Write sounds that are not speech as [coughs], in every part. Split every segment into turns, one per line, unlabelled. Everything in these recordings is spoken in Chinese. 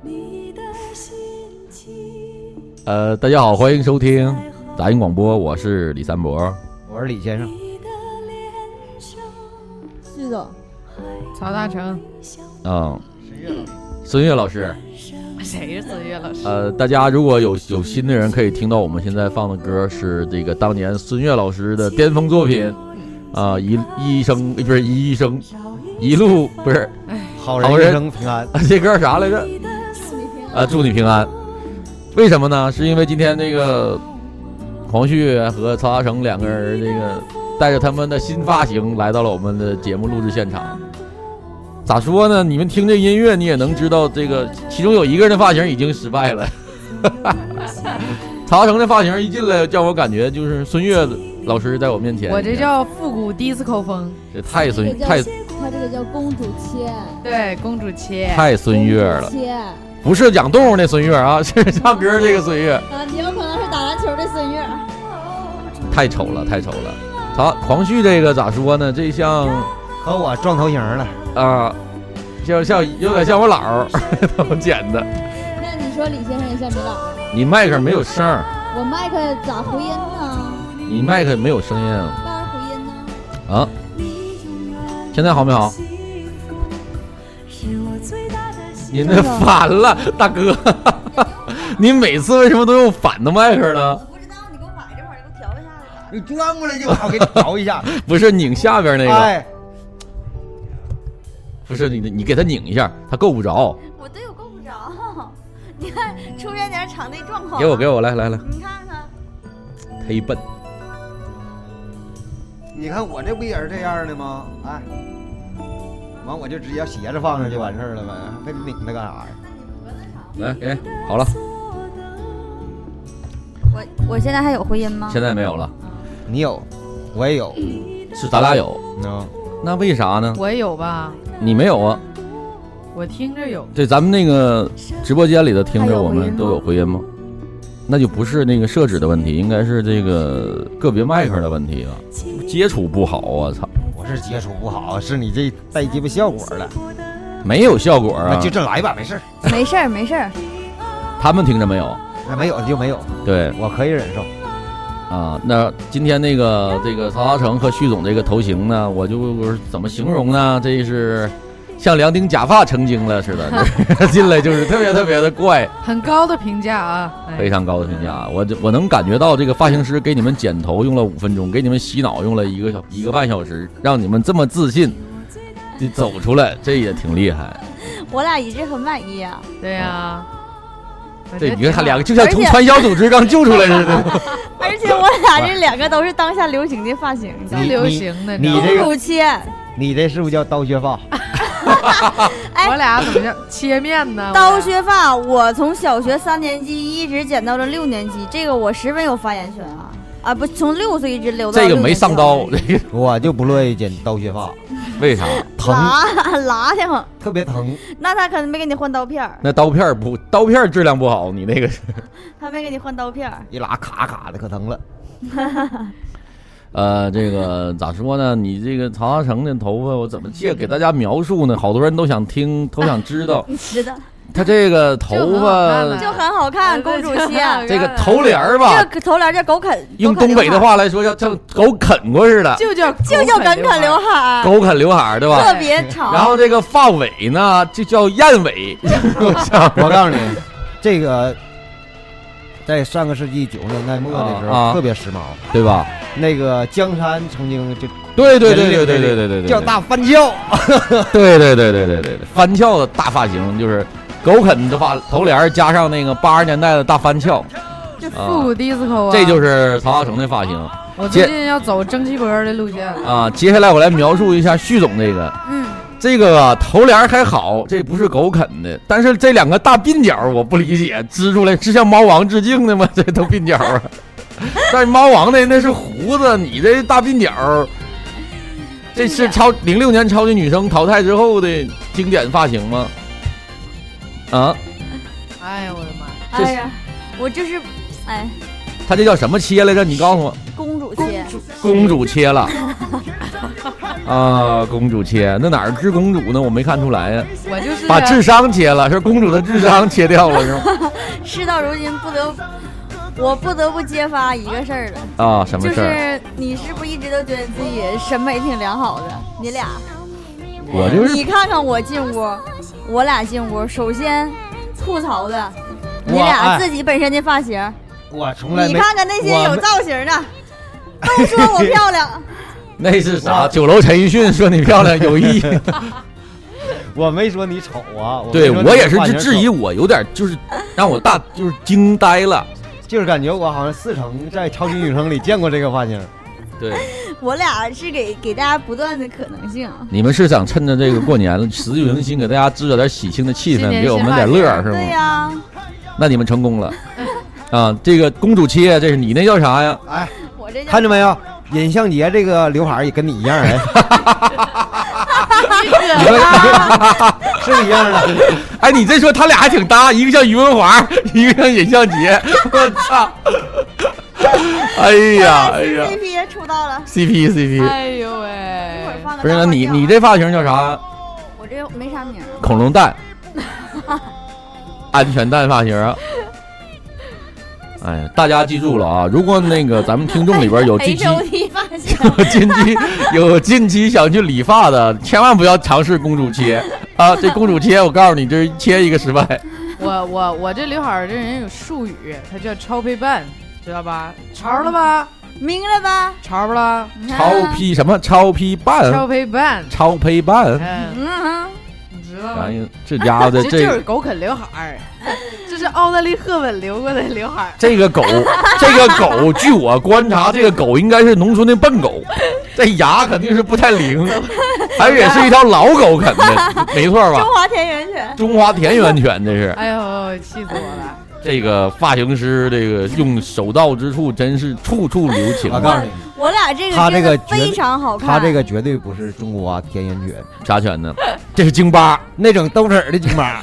你的心情
呃，大家好，欢迎收听杂音广播，我是李三博。
我是李先生，
你的脸上
是的，
曹大成，
嗯，孙悦老师，
谁是孙悦老师？
呃，大家如果有有新的人，可以听到我们现在放的歌是这个当年孙悦老师的呃巅峰作品，啊、一一生不是一医生， [laughs] 一路不是
好
好
人
人
一生平 [laughs] 安。
啊，这歌啥来着？啊，祝你平安。为什么呢？是因为今天这个黄旭和曹大成两个人，这个带着他们的新发型来到了我们的节目录制现场。咋说呢？你们听这音乐，你也能知道，这个其中有一个人的发型已经失败了。 [laughs] 曹大成的发型一进来，让我感觉就是孙悦老师在我面前。
我这叫复古 disco 风，
这太
这
孙
个叫
太
他这个叫公主切，
对，公主切。
太孙悦了
公，主切啊，
不是养动物那孙悦啊， [laughs] 是唱歌这个孙悦。
啊
你有可能是打篮球的孙悦，
太丑了，太丑了。曹黄旭这个咋说呢？这像
和我撞头型了，
啊、像像有点像我姥儿 [laughs] 他们剪的。
那你说李先生也像米老？
你麦克没有声儿，
我麦克咋回音呢？
你麦克没有声音啊
咋回音呢？
啊！
你永远
现在好没好？
幸福是我最大的幸
您这反了，大哥， [laughs] 你每次为什么都用反的麦克呢？
不知道你给我摆这会儿，你给我调一下子吧。
你转过来就好，给你挠一下。
不是拧下边那个，
[laughs] 哎，
不是你你给他拧一下，他够不着。
我队友够不着， [laughs] 你看出现点场内状
啊
况。啊
给我给我来来来，
你看看，
忒笨。
你看我这不也是这样的吗？哎，完我就直接斜着放上就完事儿了呗，非得拧它干啥呀？
来给好了，
我我现在还有回音吗？
现在没有了，
你有，我也有，
是咱俩有，
嗯，
那为啥呢？
我也有吧，
你没有啊？
我听着有。
对，咱们那个直播间里的听
还
着，
有
我
回
们
音
都
吗
有回音吗？那就不是那个设置的问题，应该是这个个别麦克的问题啊，接触不好啊！我操，
我是接触不好，是你这带鸡巴效果了。
没有效果
那
啊
就！这来吧，没事儿，
没事儿没事儿，
他们听着没有？
那没有就没有，
对
我可以忍受。
啊，那今天那个这个曹大成和旭总这个头型呢，我就我是怎么形容呢？这是像两顶假发成精了似的， [laughs] 就是进来就是特别特别的怪，
很高的评价啊，哎
非常高的评价。我这我能感觉到这个发型师给你们剪头用了五分钟，给你们洗脑用了一个小一个半小时，让你们这么自信地走出来，这也挺厉害。
我俩一致很满意啊。
对呀。我
这
觉得
你看
挺
他
好
两个就像从
而且
传销组织刚救出来似
[laughs]
的。
而且我俩这两个都是当下流行的发型，
最流行的，
你
知道吗
这个
主切。
你这是不是叫刀削 [laughs] 发？
哎
我俩怎么叫切面呢？
刀削发，我从小学三年级一直剪到了六年级，这个我十分有发言权啊！啊，不，从六岁一直留到
这个
6
没
年级
上刀，这个 [laughs]
我就不乐意剪刀削发，
为啥？
疼，
拉拉的很。
特别疼。
那他可能没给你换刀片儿，
那刀片儿不刀片儿质量不好，你
[laughs]
那个是
他没给你换刀片儿。
一拉咔咔的，可疼了。
呃，这个咋说呢？你这个曹大成的头发，我怎么借给大家描述呢？好多人都想听，都想知
[laughs]
道
知道，
他这个头
就很好看了
发，
就很好看，公主啊
哎对
鞋。
这个头帘儿吧
这，个头帘叫狗啃，
用东北的话来说，叫像狗啃过似的，
就叫
就叫耿啃刘
流，
海，
狗啃刘海儿，对吧
特？别长。
然后这个发尾呢，就叫燕
[laughs]
尾。
我告诉你，这个在上个世纪九十年代末的时候、
啊啊
特别时髦。
对吧？
那个江山曾经就
对对对对对对对对对，
叫大翻轿，
对对对对对对对，翻翘的大发型就是狗啃的发头帘儿加上那个八十年代的大翻翘，
这复古 disco 啊，
这就是曹大成的发型
我最近要走蒸汽波的路线了。
啊。接下来我来描述一下旭总这个，
嗯，
这个啊头帘儿还好，这不是狗啃的，但是这两个大鬓角儿我不理解，织出来是向猫王致敬的吗？这都鬓角儿啊，但是猫王的那是胡子，你这大鬓角儿。这是超零六年超级女声淘汰之后的经典发型吗？啊，
哎呀，我的妈呀！
这
哎呀，我就是，哎，
他这叫什么切来着？你告诉我，
公主鞋，
公主切了，啊，公主切，那哪儿是公主呢？我没看出来呀，
我就是
把智商切了，是公主的智商切掉了是吗？
事到如今，不得我不得不揭发一个事儿了，
啊，什么
就
事儿？
是你是不是一直都觉得自己审美挺良好的？你俩，
我就是
你看看我进屋，我俩进屋，首先吐槽的，你
我
俩
哎
自己本身的发型，
我从来
你
没
看看那些
我
有造型的，都
[laughs]
说我漂亮，
那是啥？九楼陈奕迅说你漂亮有意义。
我没说你丑啊，
对
没说
我
你
也是
发
质
型
质疑，
丑，
我有点就是让我大就是惊呆了。
就是感觉我好像四成在超级女声里见过这个发
[laughs]
型。
对，
我俩是给给大家不断的可能性。
你们是想趁着这个过年了，辞旧迎新，给大家制造点喜庆的气氛
新，年
给我们点乐儿是吗
啊对？呀、
那你们成功了。啊，这个公主切，这是你那叫啥呀？
哎，
我这叫
看着没有，尹相杰这个刘海儿也跟你一样哎，你们是一样的。
[laughs] 哎，你这说他俩还挺搭，一个叫于文华，一个叫尹相杰。 [laughs] 我操！哎呀哎呀
CP 出道了，
，CP CP，
哎呦
一会儿
喂，
放个
不是
大花
你
轿
你这发型叫啥？
我这没啥名儿，
恐龙蛋，安全蛋发型啊。哎，大家记住了啊！如果那个咱们听众里边
[laughs]
有近期
哎
HOT 发型，
有近期有近期想去理发的，千万不要尝试公主切啊！这公主切，我告诉你，这切一个失败。
啊我我我这刘海儿这人有术语，它叫超配扮，知道吧？潮了吧？
明了吧？嗯
潮不啦？
你看
超批什么？超批
超
嗯
半？
配扮，
超批半？
[laughs] 嗯，
嗯，
你知道吗
哎？呀，这家伙的
[laughs] 这就是
这
狗啃刘海儿，这是奥黛丽·赫本留过的刘海儿。
这个 [laughs] 狗，这个狗，据我观察，这个狗应该是农村的笨狗， [laughs] 这牙肯定是不太灵，而且是一条老狗啃 [laughs] 的，没错吧
中？华田园犬，
中华田园犬这是
哎呦，气死我了！
这个发型师，这个用手到之处，真是处处留情
我
啊！
告诉你，
我俩这
他这
个真
个
的
绝对
非常好看，
他这个绝对不是中国啊田园犬，
啥犬呢？这是京 [laughs] 巴，
那种兜齿儿的金巴，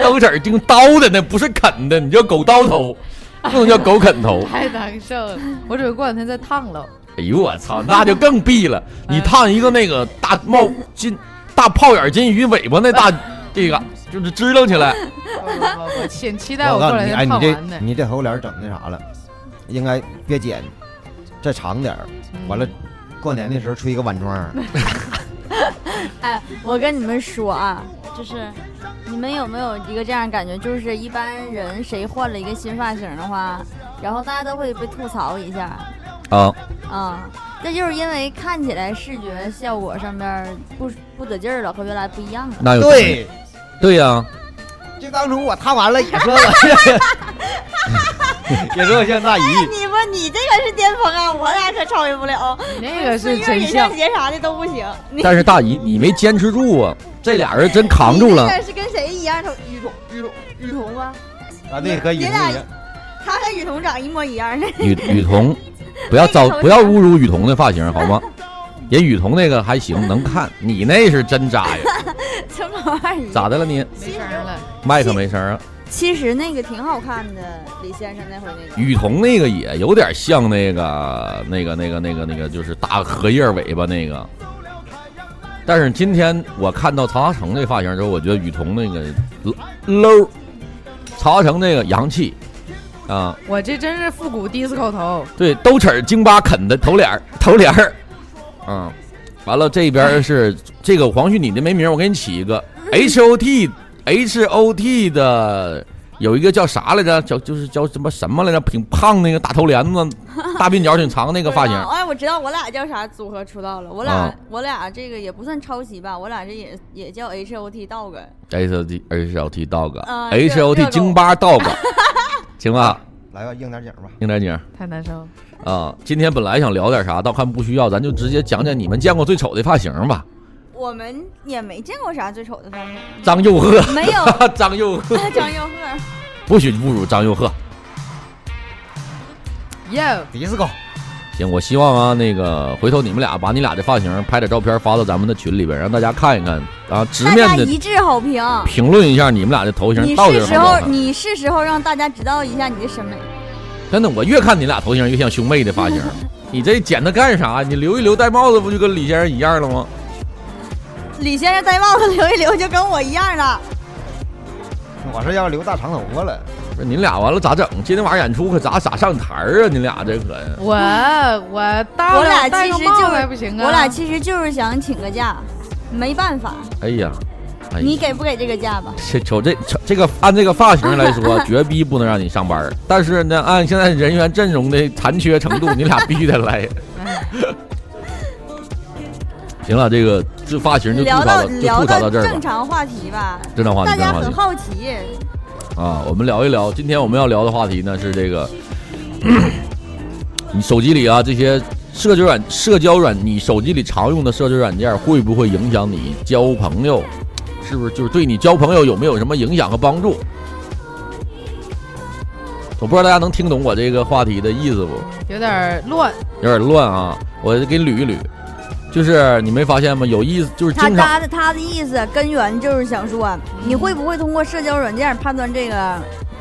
刀子儿经刀的那不是啃的，你叫狗刀头，那种叫狗啃头。
太难受了，我准备过两天再烫了。
哎呦我操，那就更毙了！你烫一个那个大帽金大泡眼金鱼尾巴那大这个，就是支棱起来，
我我我请期待
我
我
告
过
诉
两
你，哎，
天
你
烫完
这
呢。
你这猴脸整那啥了，应该别剪，再长点儿。
嗯
嗯完了，过年的时候吹个晚装，
哎，我跟你们说啊，就是你们有没有一个这样的感觉，就是一般人谁换了一个新发型的话，然后大家都会被吐槽一下
啊，
啊。这就是因为看起来视觉效果上面儿不不得劲儿了，和原来不一样了。
那有
对，
对呀、
就当初我烫完了也说
[laughs]
我，也说我像大姨。
你们你这个是巅峰啊，我俩可超越不了。
你那个是
四月
真
尹
相
相，杰啥的都不行。你
但是大姨你没坚持住啊，这俩人真扛住了
你。这是跟谁一样？都雨桐，雨桐，雨桐吗？
啊，对，和
你
尹
俩
一样。
他和雨桐长一模一样的。 [laughs]
雨雨桐，不要糟，不要侮辱雨桐的发型好吗？人雨桐那个还行，能看，你那是真扎呀，
什么玩意儿？
咋的了你？
没声儿了。
麦克没声儿啊？
其实那个挺好看的，李先生那回那个。
雨桐那个也有点像那个那个那个那个那个，就是大荷叶尾巴那个。但是今天我看到曹华成这发型之后，我觉得雨桐那个 low，曹华成那个洋气啊，
我这真是复古 disco 头，
对，兜齿儿京巴啃的头脸儿 [laughs] 头脸儿，嗯，完了这边是这个黄旭，你的没名儿，我给你起一个
嗯
H O T H O T 的。有一个叫啥来着？叫就是叫什么什么来着？挺胖那个大头帘子，大鬓角挺长那个发型
不知道哎，我知道我俩叫啥组合出道了。我俩、
啊
我俩这个也不算抄袭吧，我俩这也也叫 H O T dog。
[laughs] ，H O T H O T dog
啊
H O
热
T
热狗
京巴 dog，行吧，
来吧，应点景吧。
应点景
太难受了。
啊。今天本来想聊点啥，倒看不需要，咱就直接讲讲你们见过最丑的发型吧。
我们也没见过啥最丑的发型，
张佑赫， [laughs]
没有
张佑赫，
张佑赫。
不许侮辱张佑赫。
哟，
迪斯科，
行，我希望啊，那个回头你们俩把你俩的发型拍点照片发到咱们的群里边，让大家看一看啊，直
大
面
家
的
一致好评。
评论一下你们俩的头型
你
到底
是
好
时
不好
候，
看。
你是时候让大家知道一下你的审美。 [laughs]
真的，我越看你俩头型越像兄妹的发型，你这剪它干啥？你留一留戴帽子不就跟李先生一样了吗？
李先生戴帽子留一留就跟我一样了。
我是要留大长头发了，
不是你俩完了咋整？今天晚上演出可咋咋上台儿啊？你俩这可
我我大
我俩
了戴
其
个
实
帽
就
子
是
还不行啊！
我俩其实就是想请个假，没办法，
哎呀，哎呀
你给不给这个假吧？
这瞅这瞅这个按这个发型来
[laughs]
说，绝逼不能让你上班儿。但是呢，按现在人员阵容的残缺程度，你俩必须得
[laughs]
来。行了，这个这发型就吐
聊
槽
到
到就
聊
吐槽
到
到这儿
正
吧。
常话题吧，
正常话题，
大
正
家
常话
很
题
好奇，
啊！我们聊一聊，今天我们要聊的话题呢是这个， [clears throat] 你手机里啊这些社交软社交软，你手机里常用的社交软件会不会影响你交朋友？是不是就是对你交朋友有没有什么影响和帮助？我不知道大家能听懂我这个话题的意思不？
有点乱，
有点乱啊，我给你捋一捋。就是你没发现吗？有意思，就是
他
经常
他的他的意思根源就是想说，你会不会通过社交软件判断这个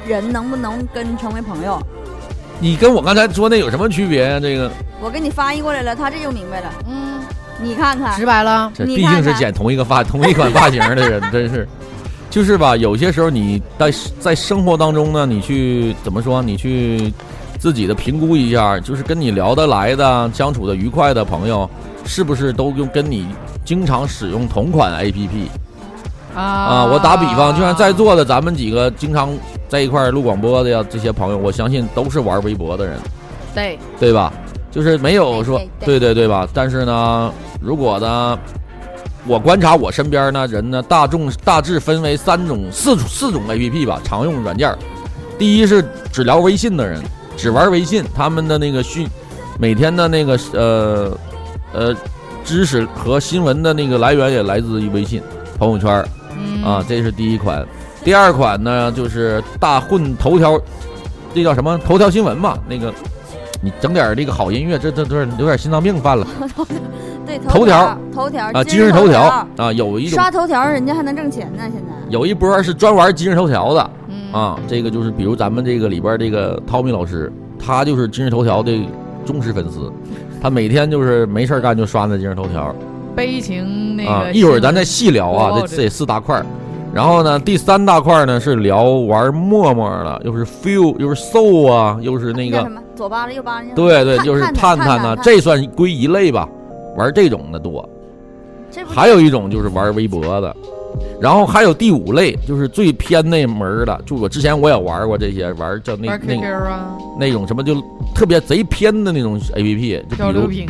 人能不能跟成为朋友？
你跟我刚才说那有什么区别呀、啊这个
我给你翻译过来了，他这就明白了。
嗯，
你看看
直，白了。
这
你
毕
看
竟是
看
剪同一个发同一款发型的
[laughs]
人，真是，就是吧？有些时候你在在生活当中呢，你去怎么说？你去自己的评估一下，就是跟你聊得来的、相处的愉快的朋友，是不是都用跟你经常使用同款 APP
啊
啊？我打比方，就像在座的咱们几个经常在一块儿录广播的呀，这些朋友，我相信都是玩微博的人。
对，
对吧？就是没有说对
对
对对吧？但是呢，如果呢，我观察我身边呢人呢，大众大致分为三种、四种、四种 A P P 吧，常用软件儿。第一是只聊微信的人，只玩微信，他们的那个讯，每天的那个呃呃知识和新闻的那个来源也来自于微信朋友圈儿
嗯
啊，这是第一款。第二款呢，就是大混头条，这叫什么？头条新闻吧？那个，你整点儿这个好音乐，这这这有点心脏病犯了
对
头条
条头条
啊！今
今
日头条
条，
啊，有一种
刷头条人家还能挣钱呢，现在。
有一波是专玩今日头条的
嗯
啊，这个就是比如咱们这个里边这个汤米老师，他就是今日头条的忠实粉丝，他每天就是没事儿干就刷那今日头条，
悲情那
啊
个，，
一会儿咱再细聊啊，
哦
这这四大块儿。然后呢，第三大块儿呢是聊玩陌陌了，又是 feel，又是 soul 啊，又是那
叫什
个，
么左扒拉右扒拉，
对对，就是探
探
探呐、
呐，
这算归一类吧，玩这种的多。
这不
还有一种就是玩微博的，然后还有第五类就是最偏那门儿的，就我之前我也玩过这些玩叫那
玩
那
QQ 啊，
那种什么就特别贼偏的那种 A P P，就
漂
比
流
如
瓶，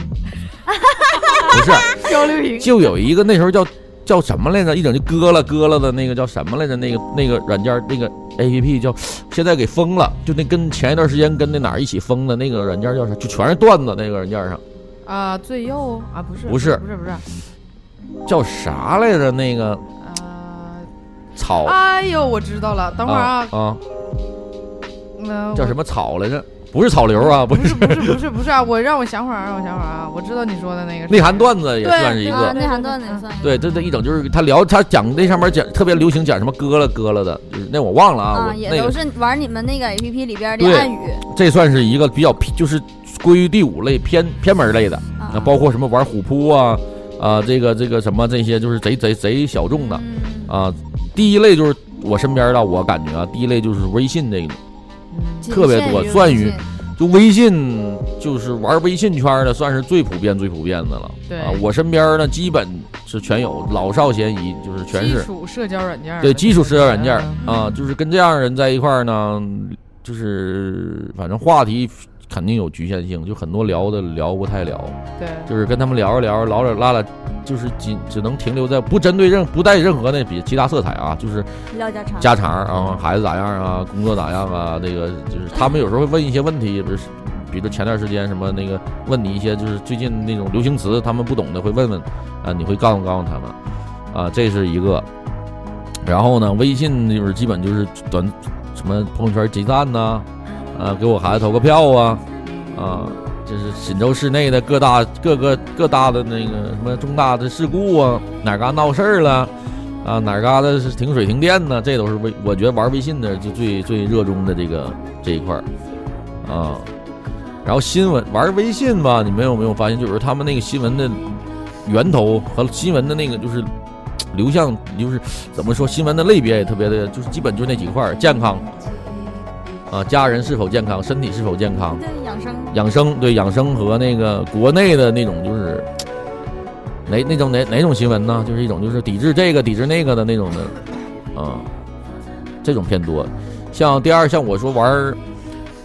不是。
漂流瓶，
就有一个那时候叫叫什么来着，一整就割了割了的那个叫什么来着？那个那个软件儿那个 A P P 叫，现在给封了，就那跟前一段时间跟那哪儿一起封的那个软件儿叫啥？就全是段子那个软件儿上
啊，最右啊，不是，
不是
不是，不是，
叫啥来着？那个
啊，
草
哎呦，我知道了，等会儿
哦啊
啊，
啊
嗯
叫什？么草来着？不是草流啊，不
不是
是
不是不是不是啊！我让我想会儿啊，让我想会儿啊！我知道你说的那个是
内涵段子也
对
算是一
对
啊
个。
内涵段子也算一个
对，这这一整就是他聊他讲那上面讲特别流行讲什么割了割了的，就是那我忘了啊，
啊，
我
也
那个
都是玩你们那个 A P P 里边的
对
暗语
这算是一个比较偏就是归于第五类偏偏门类的。
啊
那，包括什么玩虎扑啊，啊、这个这个什么这些，就是贼贼贼小众的
嗯
啊、第一类就是我身边的，我感觉啊，第一类就是微信这个，
嗯
特别多
仅
钻鱼
限于微信
就微信就是玩微信圈的，算是最普遍最普遍的了。
对
啊，我身边呢基本是全有，老少咸宜，就是全
基
是
础社交软件儿的，
对基础社交软件儿
嗯
啊，就是跟这样人在一块儿呢，就是反正话题肯定有局限性，就很多聊的聊不太了。
对，
就是跟他们聊着聊着，老了拉了，就是仅只能停留在不针对任不带任何那比其他色彩啊，就是
唠家常，
家常啊，孩子咋样啊，工作咋样啊，这个就是他们有时候会问一些问题，比如比如前段时间什么那个问你一些就是最近那种流行词，他们不懂的会问问啊，你会告诉告诉他们啊，这是一个。然后呢，微信就是基本就是短什么朋友圈集赞呐、啊，给我孩子投个票啊，啊，就是锦州市内的各大各个各大的那个什么重大的事故啊，哪嘎闹事儿了，啊，哪嘎的是停水停电呢，这都是微，我觉得玩微信的就最最热衷的这个这一块儿，啊，然后新闻玩微信吧，你们有没有发现，就是他们那个新闻的源头和新闻的那个就是流向，就是怎么说，新闻的类别也特别的，就是基本就那几块儿：健康啊，家人是否健康，身体是否健康，
对养生
养生对养生和那个国内的那种就是哪那种哪哪种新闻呢？就是一种就是抵制这个抵制那个的那种的，啊，这种偏多。像第二像我说玩儿，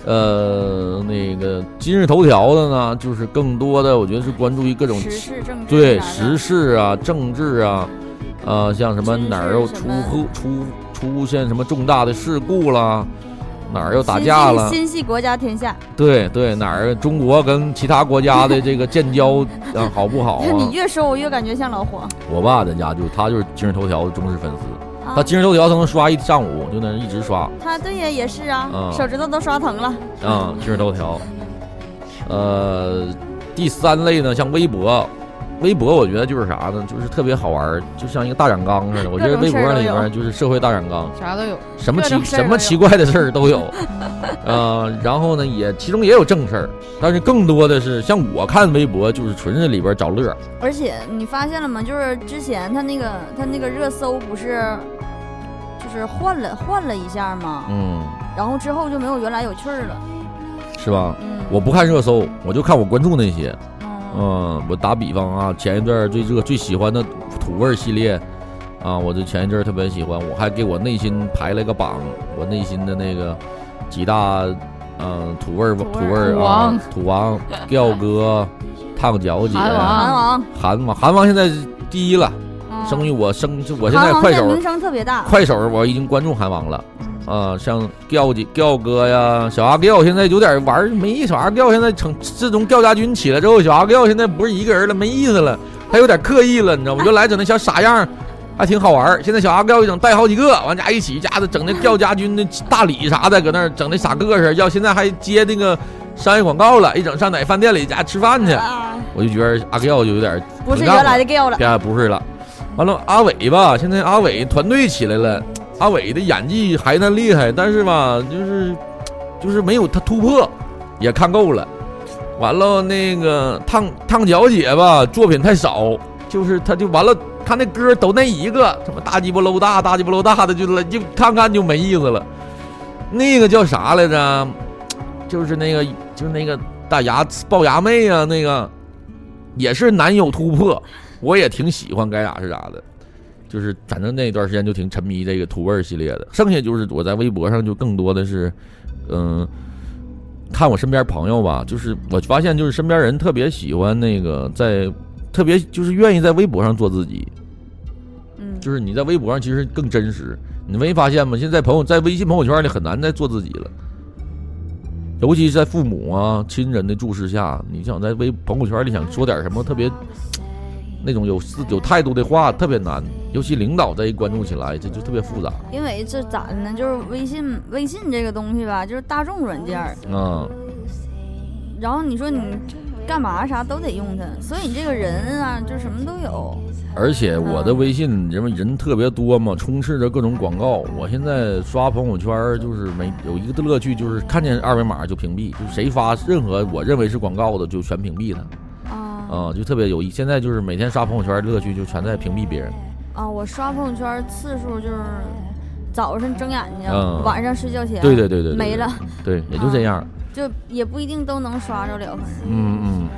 呃，那个今日头条的呢，就是更多的我觉得是关注于各种
时事政治
对
啥的
时事啊、政治啊，呃，像什么
军事
哪儿又
什
出
么
出出出现什么重大的事故啦，哪儿又打架了，
心系心系国家天下。
对对，哪儿中国跟其他国家的这个建交啊好不好
看
啊
[laughs] 你？越说，我越感觉像老虎。
我爸在家就他就是今日头条的忠实粉丝，
啊
他今日头条他能刷一上午，就在那一直刷啊
他对呀，也是啊
嗯，
手指头都刷疼了。
啊，
嗯
今日头条。呃，第三类呢，像微博，微博我觉得就是啥呢，就是特别好玩儿，就像一个大染缸似的。我觉得
各种
微
事
博
儿都
里
有
面就是社会大染缸，
啥都有。
什么
各
奇
种事儿
什
都
么
有
奇怪的事儿都有，呃，然后呢，也其中也有正事儿，但是更多的是像我看微博，就是纯是里边找乐儿。
而且你发现了吗？就是之前他那个他那个热搜不是，就是换了换了一下吗？
嗯，
然后之后就没有原来有趣儿了。
是吧？
嗯，
我不看热搜，我就看我关注那些。
嗯
嗯，我打比方啊，前一段儿最热、最喜欢的土味儿系列，啊，我就前一阵儿特别喜欢，我还给我内心排了个榜，我内心的那个几大，嗯，土味儿土味儿啊，土王、吊哥、烫脚姐、
韩王
韩王
韩王，韩王现在是第一了，
嗯
生于我生，就我现在
韩王
快
现在嗯
手
名声特别大。
快手我已经关注韩王了。啊，像吊姐、吊哥呀，小阿吊现在有点玩儿没意思。小阿吊现在成自从吊家军起来之后，小阿吊现在不是一个人了，没意思了，他有点刻意了，你
[laughs]
知道吗？原来整那小傻样儿，还挺好玩儿。现在小阿吊一整带好几个，完家一起家的整那吊家军的大礼啥的，搁那儿整那傻个儿似的，要现在还接那个商业广告了，一整上哪饭店里家吃饭去，
啊，
我就觉得阿吊就有点
不是
膨胀
原
了
来的 gay 了。
呀，不是了。完了，阿伟吧，现在阿伟团队起来了，阿伟的演技还算厉害，但是吧，就是就是没有他突破，也看够了。完了，那个烫烫脚姐吧，作品太少，就是他就完了，他那歌都那一个，什么大鸡巴搂大，大鸡巴搂大的，就了就看看就没意思了。那个叫啥来着？就是那个就是那个大牙龅牙妹啊，那个也是难有突破。我也挺喜欢该咋是咋的，就是反正那段时间就挺沉迷这个土味儿系列的。剩下就是我在微博上就更多的是，嗯、看我身边朋友吧，就是我发现就是身边人特别喜欢那个在，特别就是愿意在微博上做自己，
嗯，
就是你在微博上其实更真实，你没发现吗？现在朋友在微信朋友圈里很难再做自己了，尤其是在父母啊、亲人的注视下，你想在微朋友圈里想说点什么特别那种有思有态度的话，特别难。尤其领导再一关注起来，这就特别复杂。
因为这咋的呢？就是微信，微信这个东西吧，就是大众软件儿。
嗯，
然后你说你干嘛啥都得用它，所以你这个人啊，就什么都有。
而且我的微信人们人特别多嘛，充斥着各种广告。我现在刷朋友圈儿就是没有一个乐趣，就是看见二维码就屏蔽，就谁发任何我认为是广告的就全屏蔽它。
啊
啊、就特别有意。现在就是每天刷朋友圈，乐趣就全在屏蔽别人。
啊！我刷朋友圈次数就是早上睁眼睛，
嗯
晚上睡觉前，
对对对对，对
没了，，
对，也就这样。
就也不一定都能刷着了。反正
嗯嗯，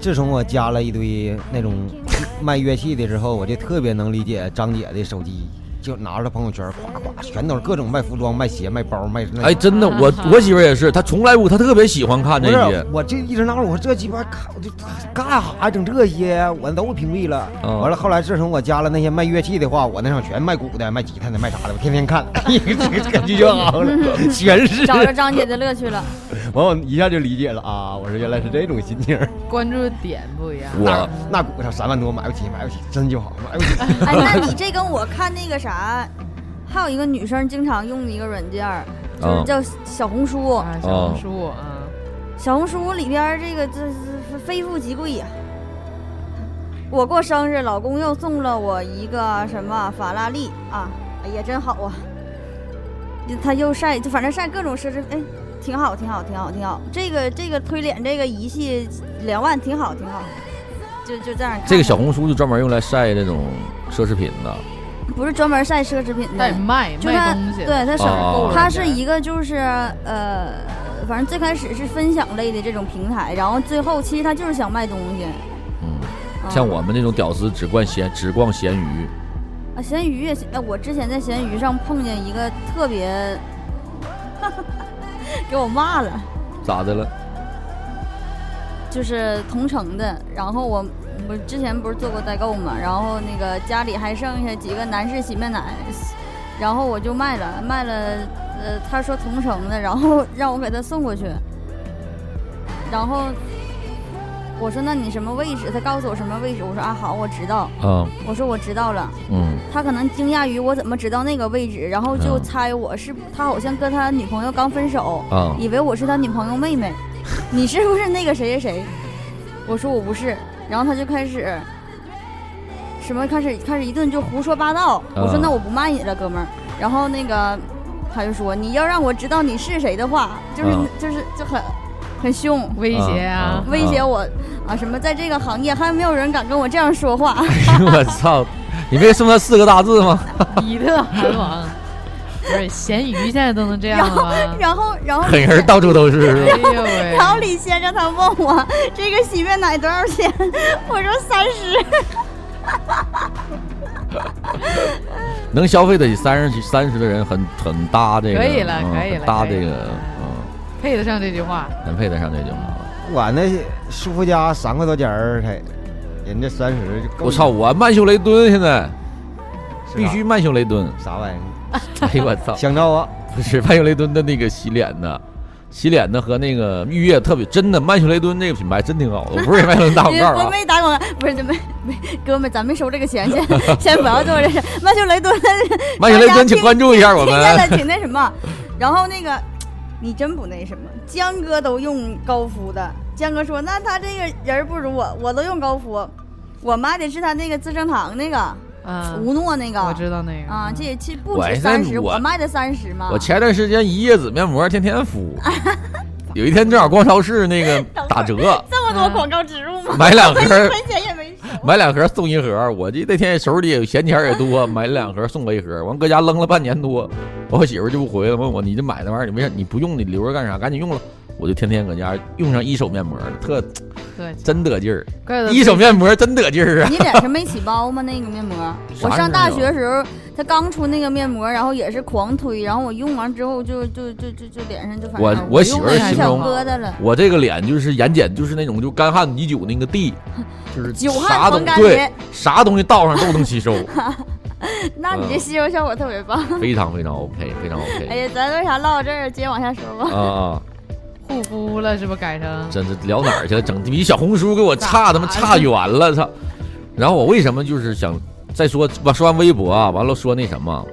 自从我加了一堆那种卖乐器的之后，我就特别能理解张姐的手机，就拿着朋友圈夸夸，全都是各种卖服装、卖鞋、卖包、卖那。
哎，，真的，我
啊
我媳妇儿也是，她从来不，她特别喜欢看
不
这
是
些，，
我就一直纳闷，我说这鸡巴靠，这干啥呀？整这些呀，我都屏蔽了。
嗯
完了，后来自从我加了那些卖乐器的话，我那上全卖鼓的、卖吉他的、卖啥的，我天天看， [laughs] 哎呀这个感觉就好了，全是。
找着张姐的乐
[laughs]
趣了。
完，我一下就理解了啊！我说原来是这种心情。
关注点不一样。
我
那鼓上三万多买不起，买不起，真就好，买不起。
哎，那你这跟我看那个啥，还有一个女生经常用的一个软件儿，就是
啊
叫小红书。
啊，小红书
哦
啊，
小红书里边儿这个这是非富即贵呀、我过生日，老公又送了我一个什么法拉利啊，哎呀，真好啊！就他又晒，就反正晒各种奢侈品。哎，挺好，挺好，挺好，挺好。这个这个推脸这个仪器两万，挺好，挺好。就就这样看看。
这个小红书就专门用来晒这种奢侈品的，
不是专门晒奢侈品
在
的，
卖
就
卖
它
东西，
对它是、
哦
它是一个就是呃，反正最开始是分享类的这种平台，然后最后其实它就是想卖东西。
嗯，
哦
啊
像我们这种屌丝只逛闲只逛闲鱼，
啊，闲鱼也行。哎，我之前在闲鱼上碰见一个特别， [laughs] 给我骂了，
咋的了？
就是同城的。然后我我之前不是做过代购嘛，然后那个家里还剩下几个男士洗面奶，然后我就卖了，卖了。呃，他说同城的，然后 [laughs] 让我给他送过去，然后我说那你什么位置？他告诉我什么位置，我说啊好，我知道。
啊，
我说我知道了。
嗯，
他可能惊讶于我怎么知道那个位置，然后就
嗯
猜我是他好像跟他女朋友刚分手，
[laughs]
啊，
以为我是他女朋友
[laughs]
妹妹，你是不是那个谁谁谁？我说我不是，然后他就开始什么开始开始一顿就胡说八道。我说
嗯
那我不骂你了，哥们儿。然后那个他就说你要让我知道你是谁的话，就是、
嗯
就是就很很凶。
威胁啊，
哦
威胁
嗯
我啊！什么，在这个行业还没有人敢跟我这样说话。
我操，你没送他四个大字吗？
比特韩王，
[laughs]
不是咸鱼现在都能这样了
啊
吗？
然后，然后
狠人到处都是，是吧
哎呦喂
然！后李先生他问我这个洗面奶多少钱，我说三十。
能消费得起三十几三十的人很很搭这个，
可以了
嗯
可以了
很搭
可以
这个
了，
嗯，
配得上这句话，
能配得上这就好了。
我那舒肤佳三块多钱儿才，人家三十就够。
我操，，我曼秀雷敦现在必须
须
曼秀雷敦，
啥玩意
[laughs] 哎呦我操
儿？，香皂啊，
不是曼秀雷敦的那个洗脸的。洗脸的和那个浴液特别真的，曼秀雷敦这个品牌真挺好的，我不是给曼秀雷敦打广告 [laughs]
我
啊，
没打广告，不是没没，哥们，咱没收这个钱， [laughs] 先先不要做这事。曼秀雷敦，
曼秀雷敦请
大家
关注一下我
听
们
见。了，请那什么。 [laughs] 然后那个，你真不那什么，江哥都用高夫的。江哥说，那他这个人不如我，我都用高夫，我买的是他那个资生堂那
啊
个
嗯，
吴诺那个
我知道那个
啊，这这不
我
止
现
三
在
十，
我
我卖的三十嘛。
我前段时间一夜紫面膜天天 [laughs] 敷，有一天正好逛 [laughs] 超市那个打折，
这么多广
嗯
告植入吗？
买两盒
我一 [laughs] 分钱也没收。
买两盒送一盒。我这那天手里有闲钱儿也多，买两盒送我一盒。完搁家扔了半年多，完我媳妇儿就不回来，问我你这买那玩意儿，你没事你不用你留着干啥？赶紧用了。我就天天搁家用上一手面膜了，特
对，
真得劲儿，
怪不
嗯
得
一手面膜真得劲儿啊！
[laughs] 你脸上没起包吗？那个面膜，
啥
我
玩意儿
上大学的时候，他刚出那个面膜，然后也是狂推，然后我用完之后就就就就就脸上就反
我
正
我媳妇
我
儿
用了
形
小
容
过
疙瘩了，
我这个脸就是眼睑就是那种就干旱已久那个地，就是
久
啥
旱
东
逢甘
对
霖。
啥东西倒上都能吸收，
[laughs] 那你这
嗯
吸收效果特别棒。 [laughs]
非常非常 OK，非常 OK。
哎呀，咱为啥唠到这儿？接着往下说吧。
[laughs] 啊啊！
护肤了是不是改成？
真是聊哪儿去了？整比小红书给我差他妈差远了，操！然后我为什么就是想再说完说完微博啊，完了说那什么，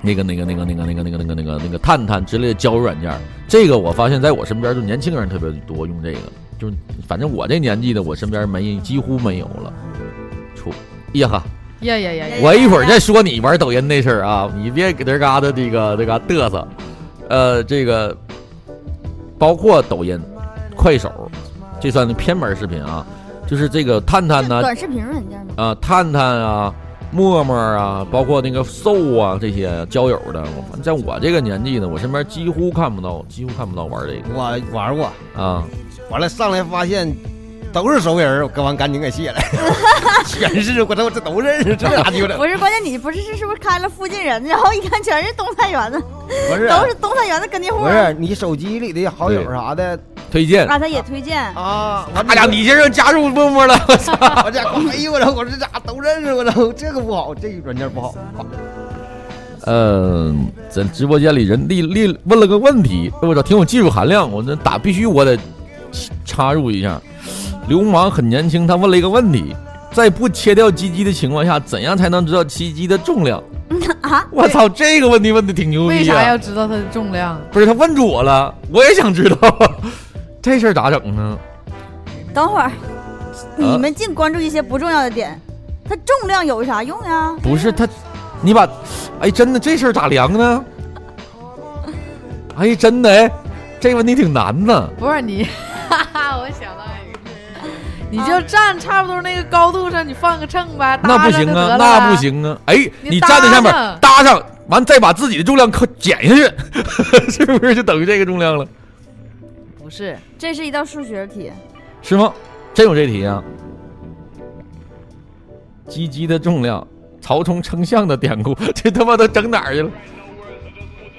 那个那个那个那个那个那个那个那个那个探探之类的交友软件儿，这个我发现在我身边就年轻人特别多用这个，就是反正我这年纪的我身边没几乎没有了。出呀哈！
呀呀呀呀！
我一会儿再说你玩抖音那事儿啊，你别搁这嘎达这个这嘎嘚瑟。呃，这个包括抖音、快手，这算偏门视频啊，就是这个探探
是
呐、啊
短视频软件吗？，
探探啊、陌陌啊，包括那个搜啊这些交友的，我反正在我这个年纪呢，我身边几乎看不到，几乎看不到玩这
我玩过，
个啊，
完了上来发现都是熟人儿，我跟完赶紧给卸 [laughs] 了，全是我操，这都认识，这咋的了？
不是，关键你不是是是不是开了附近人，然后一看全是东菜园子，
不是，啊
都是东菜园子跟进户
不是啊你手机里的好友啥的
推荐。
啊，他也推荐。 [laughs]
啊？完
哎呀，你这是加入陌陌了，我操！
我这哎呦我操，我这咋都认识我操，这个不好，这个软件不好，
嗯，在直播间里人力力问了个问题，哎我操，挺有技术含量，我这打必须我得插入一下。流氓很年轻，他问了一个问题，在不切掉鸡鸡的情况下，怎样才能知道鸡鸡的重量？
啊，
我操，这个问题问的挺牛
为
逼
啥
啊
要！知道它的重量？
不是他问住我了，我也想知道这事儿咋整呢？
等会儿，
呃
你们净关注一些不重要的点，它重量有啥用呀？
不是他，你把，哎，真的这事儿咋量呢？哎，真的哎，这问题挺难呢。
不是你， [laughs] 哈哈，我想到一个，你就站差不多那个高度上，你放个秤呗，
那不
搭上
行
就
啊
得，了
那不
呗。
行啊！哎，
你
你站在上面
搭上
搭上，完再把自己的重量扣减下去， [laughs] 是不是就等于这个重量了？
不是，
这是一道数学题，
是吗？真有这题啊！鸡鸡的重量，曹冲称象的典故，这他妈都整哪儿去了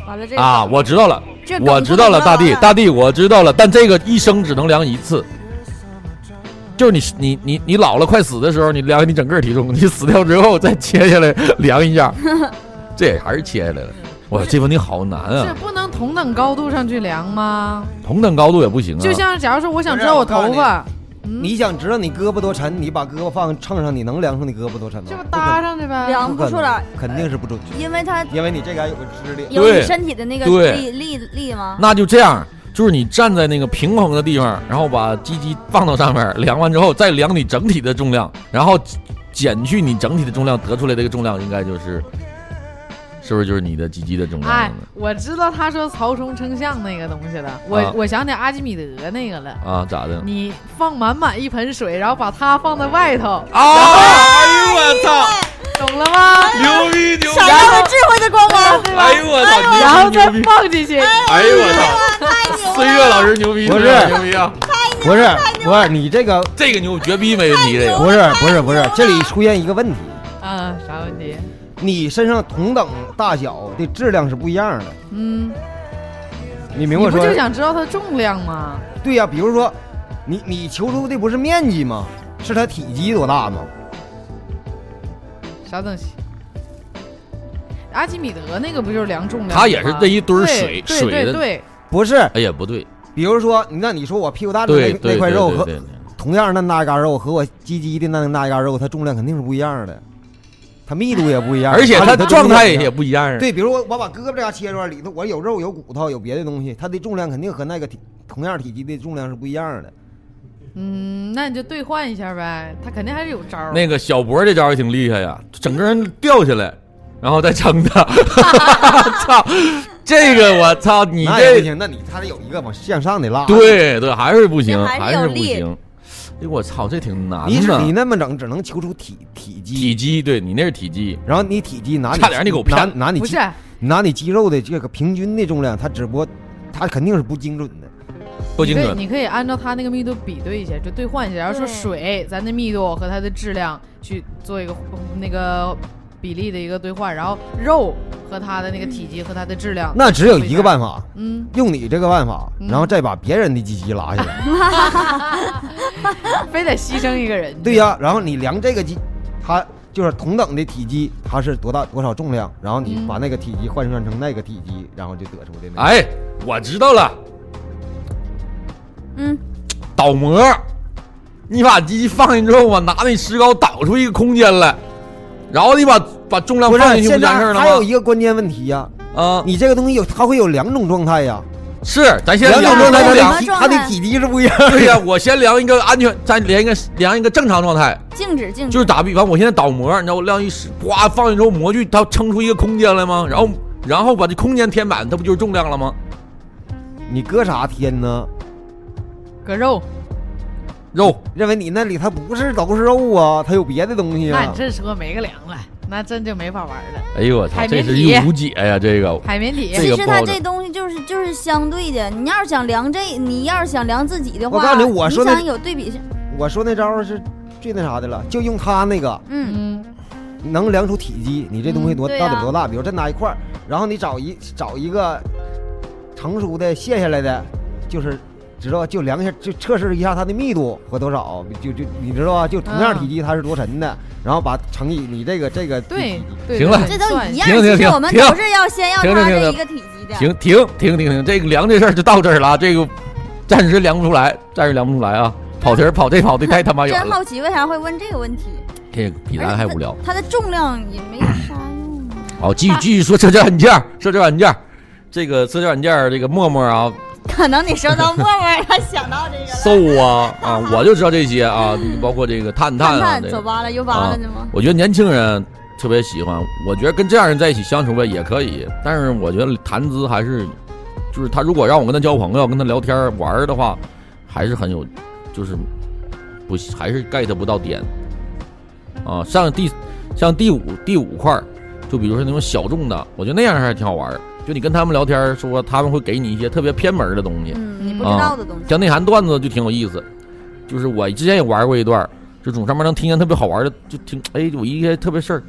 完了这
啊？我知道了，
这梗
我知道了，
不能啊
大弟，
唠
大弟，我知道了，但这个一生只能量一次。就是你你你你老了快死的时候，你量你整个体重，你死掉之后再切下来量一下，这还是切下来了。哇，这问题好难
是
啊！
不能同等高度上去量吗？
同等高度也不行啊。
就像假如说我想
不是
知道
我告诉
头
嗯
你
发，
你想知道你胳膊多沉，你把胳膊放秤上，你能量出你胳膊多沉吗？
这不
不
搭上去呗？
量
可能
不出来，
肯定是不准确，
因为它
因为你这个还有个支力。
有你
对
身体的那个
对
力力力吗？
那就这样，就是你站在那个平衡的地方，然后把鸡鸡放到上面，量完之后再量你整体的重量，然后减去你整体的重量，得出来这个重量应该就是，是不是就是你的鸡鸡的重量了
哎
呢？，
我知道他说曹冲称象那个东西了，我、
啊
我想起阿基米德那个了。
啊，咋的？
你放满满一盆水，然后把它放在外头，
啊！哎呦我操！
懂了吗？
牛逼牛逼！
闪耀着智慧的光芒，
对吧
哎？呦我
然
操！
后
牛
再
逼牛逼！
放进去，
哎呦我操！孙悦老师牛逼，
不是
孙悦牛逼啊！
不是，不是，你这个
这个牛绝逼没问题，这个
不是，不是，不
哎
是，这里出现一个问题，
啊，啥问题？
你身上同等大小的质量是不一样的，
嗯，
你
你
明白
不
我说？
就想知道它重量吗？
对呀、比如说，你你求出的不是面积吗？是它体积多大吗？
啥东西？阿基米德那个不就是量重量吗？
他也是这一堆儿水
对对
水
对
的，
对，
不是，
哎呀不对，
比如说，那你说我屁股蛋子
对
那那
对对
块肉
对
和
对，
同样那么大一嘎肉和我鸡鸡的那么大一嘎肉，它重量肯定是不一样的，它密度也不一样，
而且
它
他
里头
状态
东西
也
也
不一样啊。
对。比如我我把胳膊这嘎切出来，里头我有肉有骨头有别的东西，它的重量肯定和那个体同样体积的重量是不一样的。
嗯，那你就兑换一下呗，他肯定还是有招儿。
那个小博这招也挺厉害呀，整个人掉下来，然后再撑他。 [laughs] 操，这个我操，你
那也不
这
行，那你它得有一个往向上的拉。，
对对还是不行，
这还
还
是有
不
力
行。哎呦我操，这挺难
你
的。
你那么整只能求出体体积，
啊体积，对你那是体积，
然后你体积拿你
差点你给我骗
拿
了
拿你
不
肌
是，
拿你肌肉的这个平均的重量，它只不过它肯定是不精准的。
不精
你可以
准。
你可以按照他那个密度比对一下，就兑换一下，然后说
对
水咱的密度和它的质量去做一个那个比例的一个兑换，然后肉和它的那个体积和它的质量。
那只有一个办法，
嗯，
用你这个办法，
嗯
然后再把别人的鸡鸡拉下来。
非得牺牲一个人。
对，呀、然后你量这个鸡，它就是同等的体积，它是多大多少重量，然后你
嗯
把那个体积换算成那个体积，然后就得出的那个。
哎，我知道了，
嗯，
倒模。你把鸡鸡放进去之后，我拿那石膏导出一个空间来，然后你把把重量
不
放
是，
进去
现
不就完事儿
在还有
了吗？
一个关键问题呀、
啊，
你这个东西有它会有两种状态呀、
是，咱先
两种
量
状态它
两
量
的体
种状
它
态
的体积是不一样。
对呀、我先量一个安全，咱量一个量一个正常状态，
静止
嗯
静止，
就是打比方，我现在倒模，你知道我量一使，哗放进之后模具它撑出一个空间来吗？然后然后把这空间填满，它不就是重量了吗？
你搁啥天呢？
割肉，
肉
认为你那里它不是都是肉啊，它有别的东西
那
啊
你。这说没个粮了，那真就没法玩了。
哎呦我操，
海
这
绵
是
体
一无解呀、这个
海绵体，
这
其
个
实
不
它
好
这东西就是就是相对的，你要是想量这，你要是想量自己的话，
我告诉你我说
你
那
想有对比性，
我说那招是最那啥的了，就用它那个
嗯，
嗯，
能量出体积，你这东西多、
嗯对
到
啊
底多大？比如这拿一块儿，然后你找一找一个成熟的卸下来的，就是知道吧就量一下，就测试一下它的密度和多少，就就你知道吧？就同样
嗯
体积它是多沉的，然后把乘以你这个这个
对
体积，
对，
行了
嗯对
这都
算
一样。
停停
其实
停
我们
停
都是要先要
停停
它
停
这
停
一个体积的，
停停停停停，这个量这事儿就到这儿了啊，这个暂时量不出来，暂时量不出来啊，跑题儿跑这跑的太他妈远
[laughs] 真
了，
好奇为啥会问这个问题，
这个比咱还无聊。
它的重量也没有啥用。 [coughs]
好，继续
啊
继续说社交软件儿，社交软件儿，这个社交软件儿这个陌陌啊，
可能你说到陌陌，然后想到这个了。
搜啊啊，我就知道这些啊，包括这个探探
看
啊，
看
这
嗯走
个，
吧了，又吧了呢吗？
我觉得年轻人特别喜欢。我觉得跟这样人在一起相处呗也可以，但是我觉得谈资还是就是他如果让我跟他交朋友、跟他聊天玩儿的话，还是很有，就是不还是 get 不到点啊。上第像第五第五块儿，就比如说那种小众的，我觉得那样还挺好玩儿。就你跟他们聊天儿说，他们会给你一些特别偏门儿的东西，
嗯，你
嗯
不知
啊
道的东西。
像内涵段子就挺有意思，就是我之前也玩过一段儿，就总上面能听见特别好玩的，就挺哎有一些特别事儿，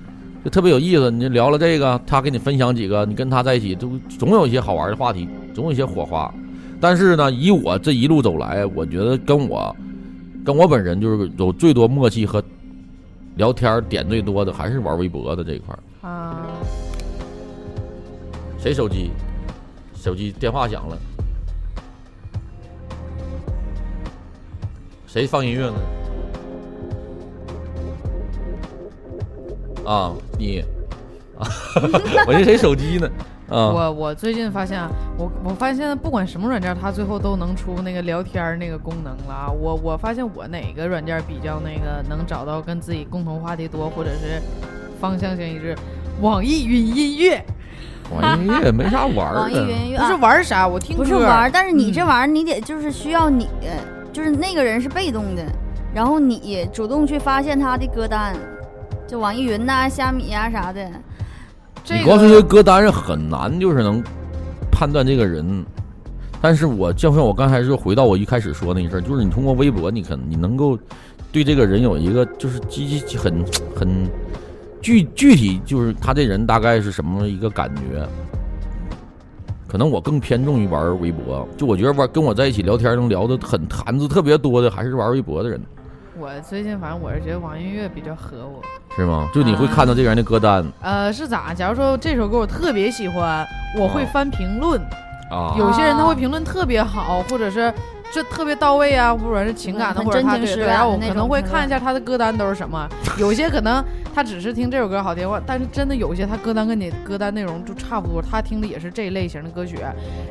就特别有意思。你就聊了这个，他给你分享几个，你跟他在一起就总有一些好玩的话题，总有一些火花。但是呢，以我这一路走来，我觉得跟我跟我本人就是有最多默契和聊天儿点最多的还是玩微博的这一块儿。
啊，
谁手机？手机电话响了，谁放音乐呢？啊，你 [laughs] 啊，我这谁手机呢？啊，
我我最近发现啊，我我发现现在不管什么软件，它最后都能出那个聊天儿那个功能了啊。我我发现我哪个软件比较那个能找到跟自己共同话题多，或者是方向性一致，网易云音乐
网易云没啥玩嗯
网
儿
易
的
云，音乐
不是
啊
玩儿啥，我听
不是
歌儿
玩儿，但是你这
嗯
玩意儿你得就是需要你，就是那个人是被动的，然后你主动去发现他的歌单，就网易云呐、虾米呀、啥的。
这
你
个
光是这歌单是很难，就是能判断这个人。但是我就像我刚才说，回到我一开始说那一事儿，就是你通过微博，你可你能够对这个人有一个就是积极很很具具体，就是他这人大概是什么一个感觉。可能我更偏重于玩微博，就我觉得玩跟我在一起聊天能聊的很谈资特别多的，还是玩微博的人，
我最近反正我是觉得网易云音乐比较合我。
是吗？就你会看到这个人的歌单
呃，是咋？假如说这首歌我特别喜欢，我会
哦
翻评论。
啊，
有些人他会评论特别好，或者是这特别到位啊，或者是情感的，
嗯很
或者他
真情
对
实
对，
感
然后我
的那
可能
种嗯
会
评
看一下他的歌单都是什么。有些可能他只是听这首歌好听，或但是真的有一些他歌单跟你歌单内容就差不多，他听的也是这一类型的歌曲。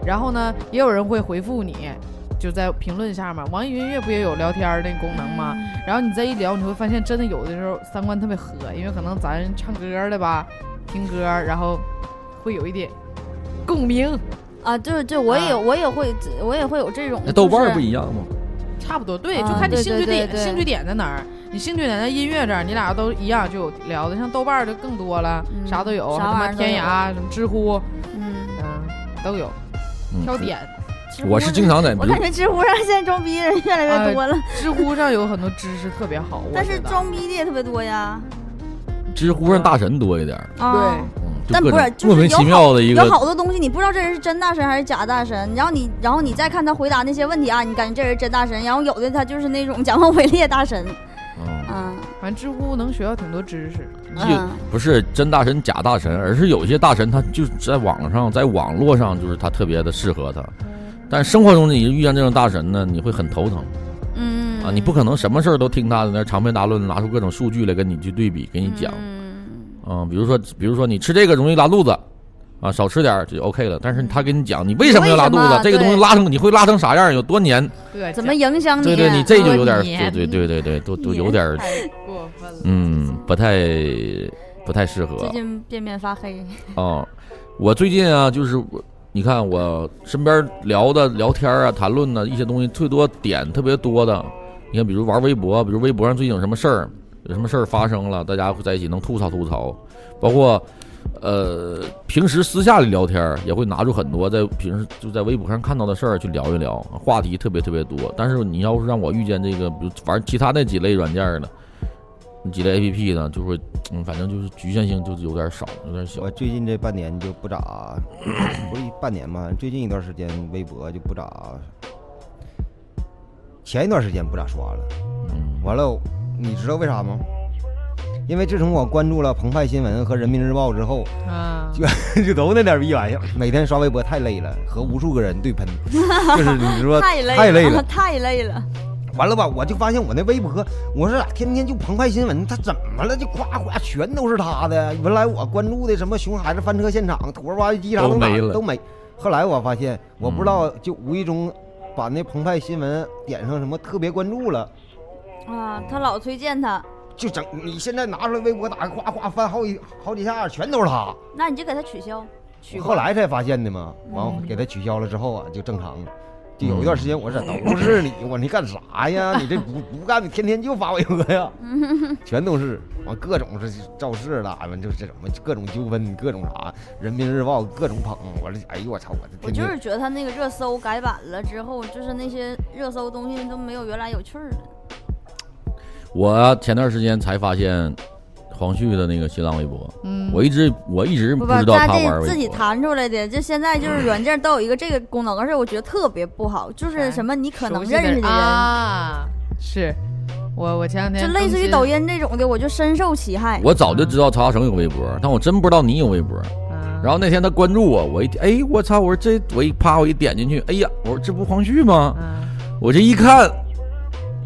然后呢，也有人会回复你。就在评论下面，网易云音乐不也有聊天儿那功能
嗯
吗？然后你再一聊，你会发现真的有的时候三观特别合，因为可能咱唱歌的吧，听歌，然后会有一点共鸣，
啊，就是就我也有
啊
我也会我也会有这种
那，豆瓣
就
儿
是
不一样吗？
差不多，对，就
啊
看你
对
兴
对
趣
对
点，
对
兴趣点在哪儿。你兴趣点在音乐这儿，你俩都一样，就有聊的。像豆瓣儿就更多了，
嗯
啥都有，
啥
什么
玩意儿都
天
有
涯、什么知乎，
嗯，
嗯，都有。
嗯
挑点，
我是经常在，
我感觉知乎上现在装逼的人越来越多了，
知乎上有很多知识特别好，我
但是
觉得
装逼的也特别多呀。
知乎上大神多一点儿。
啊，
嗯，就
但
各
不是
种
就
莫
是
名
有
其妙的一
有
个，
好多东西你不知道这人是真大神还是假大神，然后你然后你再看他回答那些问题啊，你感觉这人真大神，然后有的他就是那种 [laughs] 假冒伪劣大神，
嗯，
嗯
反正知乎能学到挺多知识。
就
嗯，
不是真大神假大神，而是有些大神他就是在网上，在网络上就是他特别的适合他，但生活中你遇见这种大神呢，你会很头疼
嗯
啊！你不可能什么事儿都听他的那长篇大论，拿出各种数据来跟你去对比，给你讲，
嗯
嗯，比如说比如说你吃这个容易拉肚子。啊，少吃点儿就 OK 了。但是他给你讲，你为什么要拉肚
为什
子
么？
这个东西
对嗯
拉成你会拉成啥样？有多粘？
对，
怎么影响你？
对
啊
对，你这就有点儿，
多粘
对对对对对，都都有点儿，
太过分了？
嗯，不太不太适合。
最近便便发黑，
[laughs]
[laughs] 哦，我最近啊，就是我，你看我身边聊的、聊天啊、谈论的一些东西，最多点特别多的，你看，比如玩微博，比如微博上最近有什么事儿，有什么事儿发生了，大家会在一起能吐槽吐槽，包括。呃，平时私下里聊天儿也会拿出很多在平时就在微博上看到的事儿去聊一聊，话题特别特别多。但是你要是让我遇见这个，比如玩其他那几类软件儿的，那几类 A P P 呢，就会，嗯，反正就是局限性就是有点少，有点小。
我最近这半年就不咋，不是一半年嘛，最近一段时间微博就不咋，前一段时间不咋刷了。
嗯
完了，你知道为啥吗？因为自从我关注了澎湃新闻和人民日报之后，
嗯
啊，
[laughs] 就都那点逼玩意儿，每天刷微博太累了，和无数个人对喷，就是你说
[laughs] 太累
呃太累了
了，啊太累了。
完了吧，我就发现我那微博，我说咋天天就澎湃新闻，他怎么了？就夸夸全都是他的。原来我关注的什么熊孩子翻车现场、土味挖掘机啥
都
哪
没了
都没。后来我发现，我不知道，就无意中把那澎湃新闻嗯点上什么特别关注了。
啊，他老推荐他，
就整你现在拿出来微博打开，夸夸翻好几好几下，全都是他。
那你就给他取消。取
后
过。
来才发现的嘛。完后
嗯
给他取消了之后啊，就正常了。就有一段时间我是都是你，我你干啥呀？你这不不干，你天天就发我一个
[laughs]
呀，全都是完各种是肇事了，完就是这种各种纠纷，各种啥《人民日报》各种捧，我这哎呦我操，我这
我
天
就
天
是觉得他那个热搜改版了之后，就是那些热搜东西都没有原来有趣儿了。
我前段时间才发现黄旭的那个新浪微博，
嗯，
我一直我一直
不
不
不，
知道
他
他玩
这自
微
己
博。
弹出来的，就现在
嗯
就是软件都有一个这个功能，而且我觉得特别不好，就是什么你可能
熟悉
认识的人，
啊，是我我前两天
就类似于
更
抖
新，
音这种的，我就深受其害。
我早就知道曹大成有微博，但我真不知道你有微博。
嗯
然后那天他关注我，我一哎我操，我说这我一啪我一点进去，哎呀，我说这不黄旭吗？
嗯
我这一看，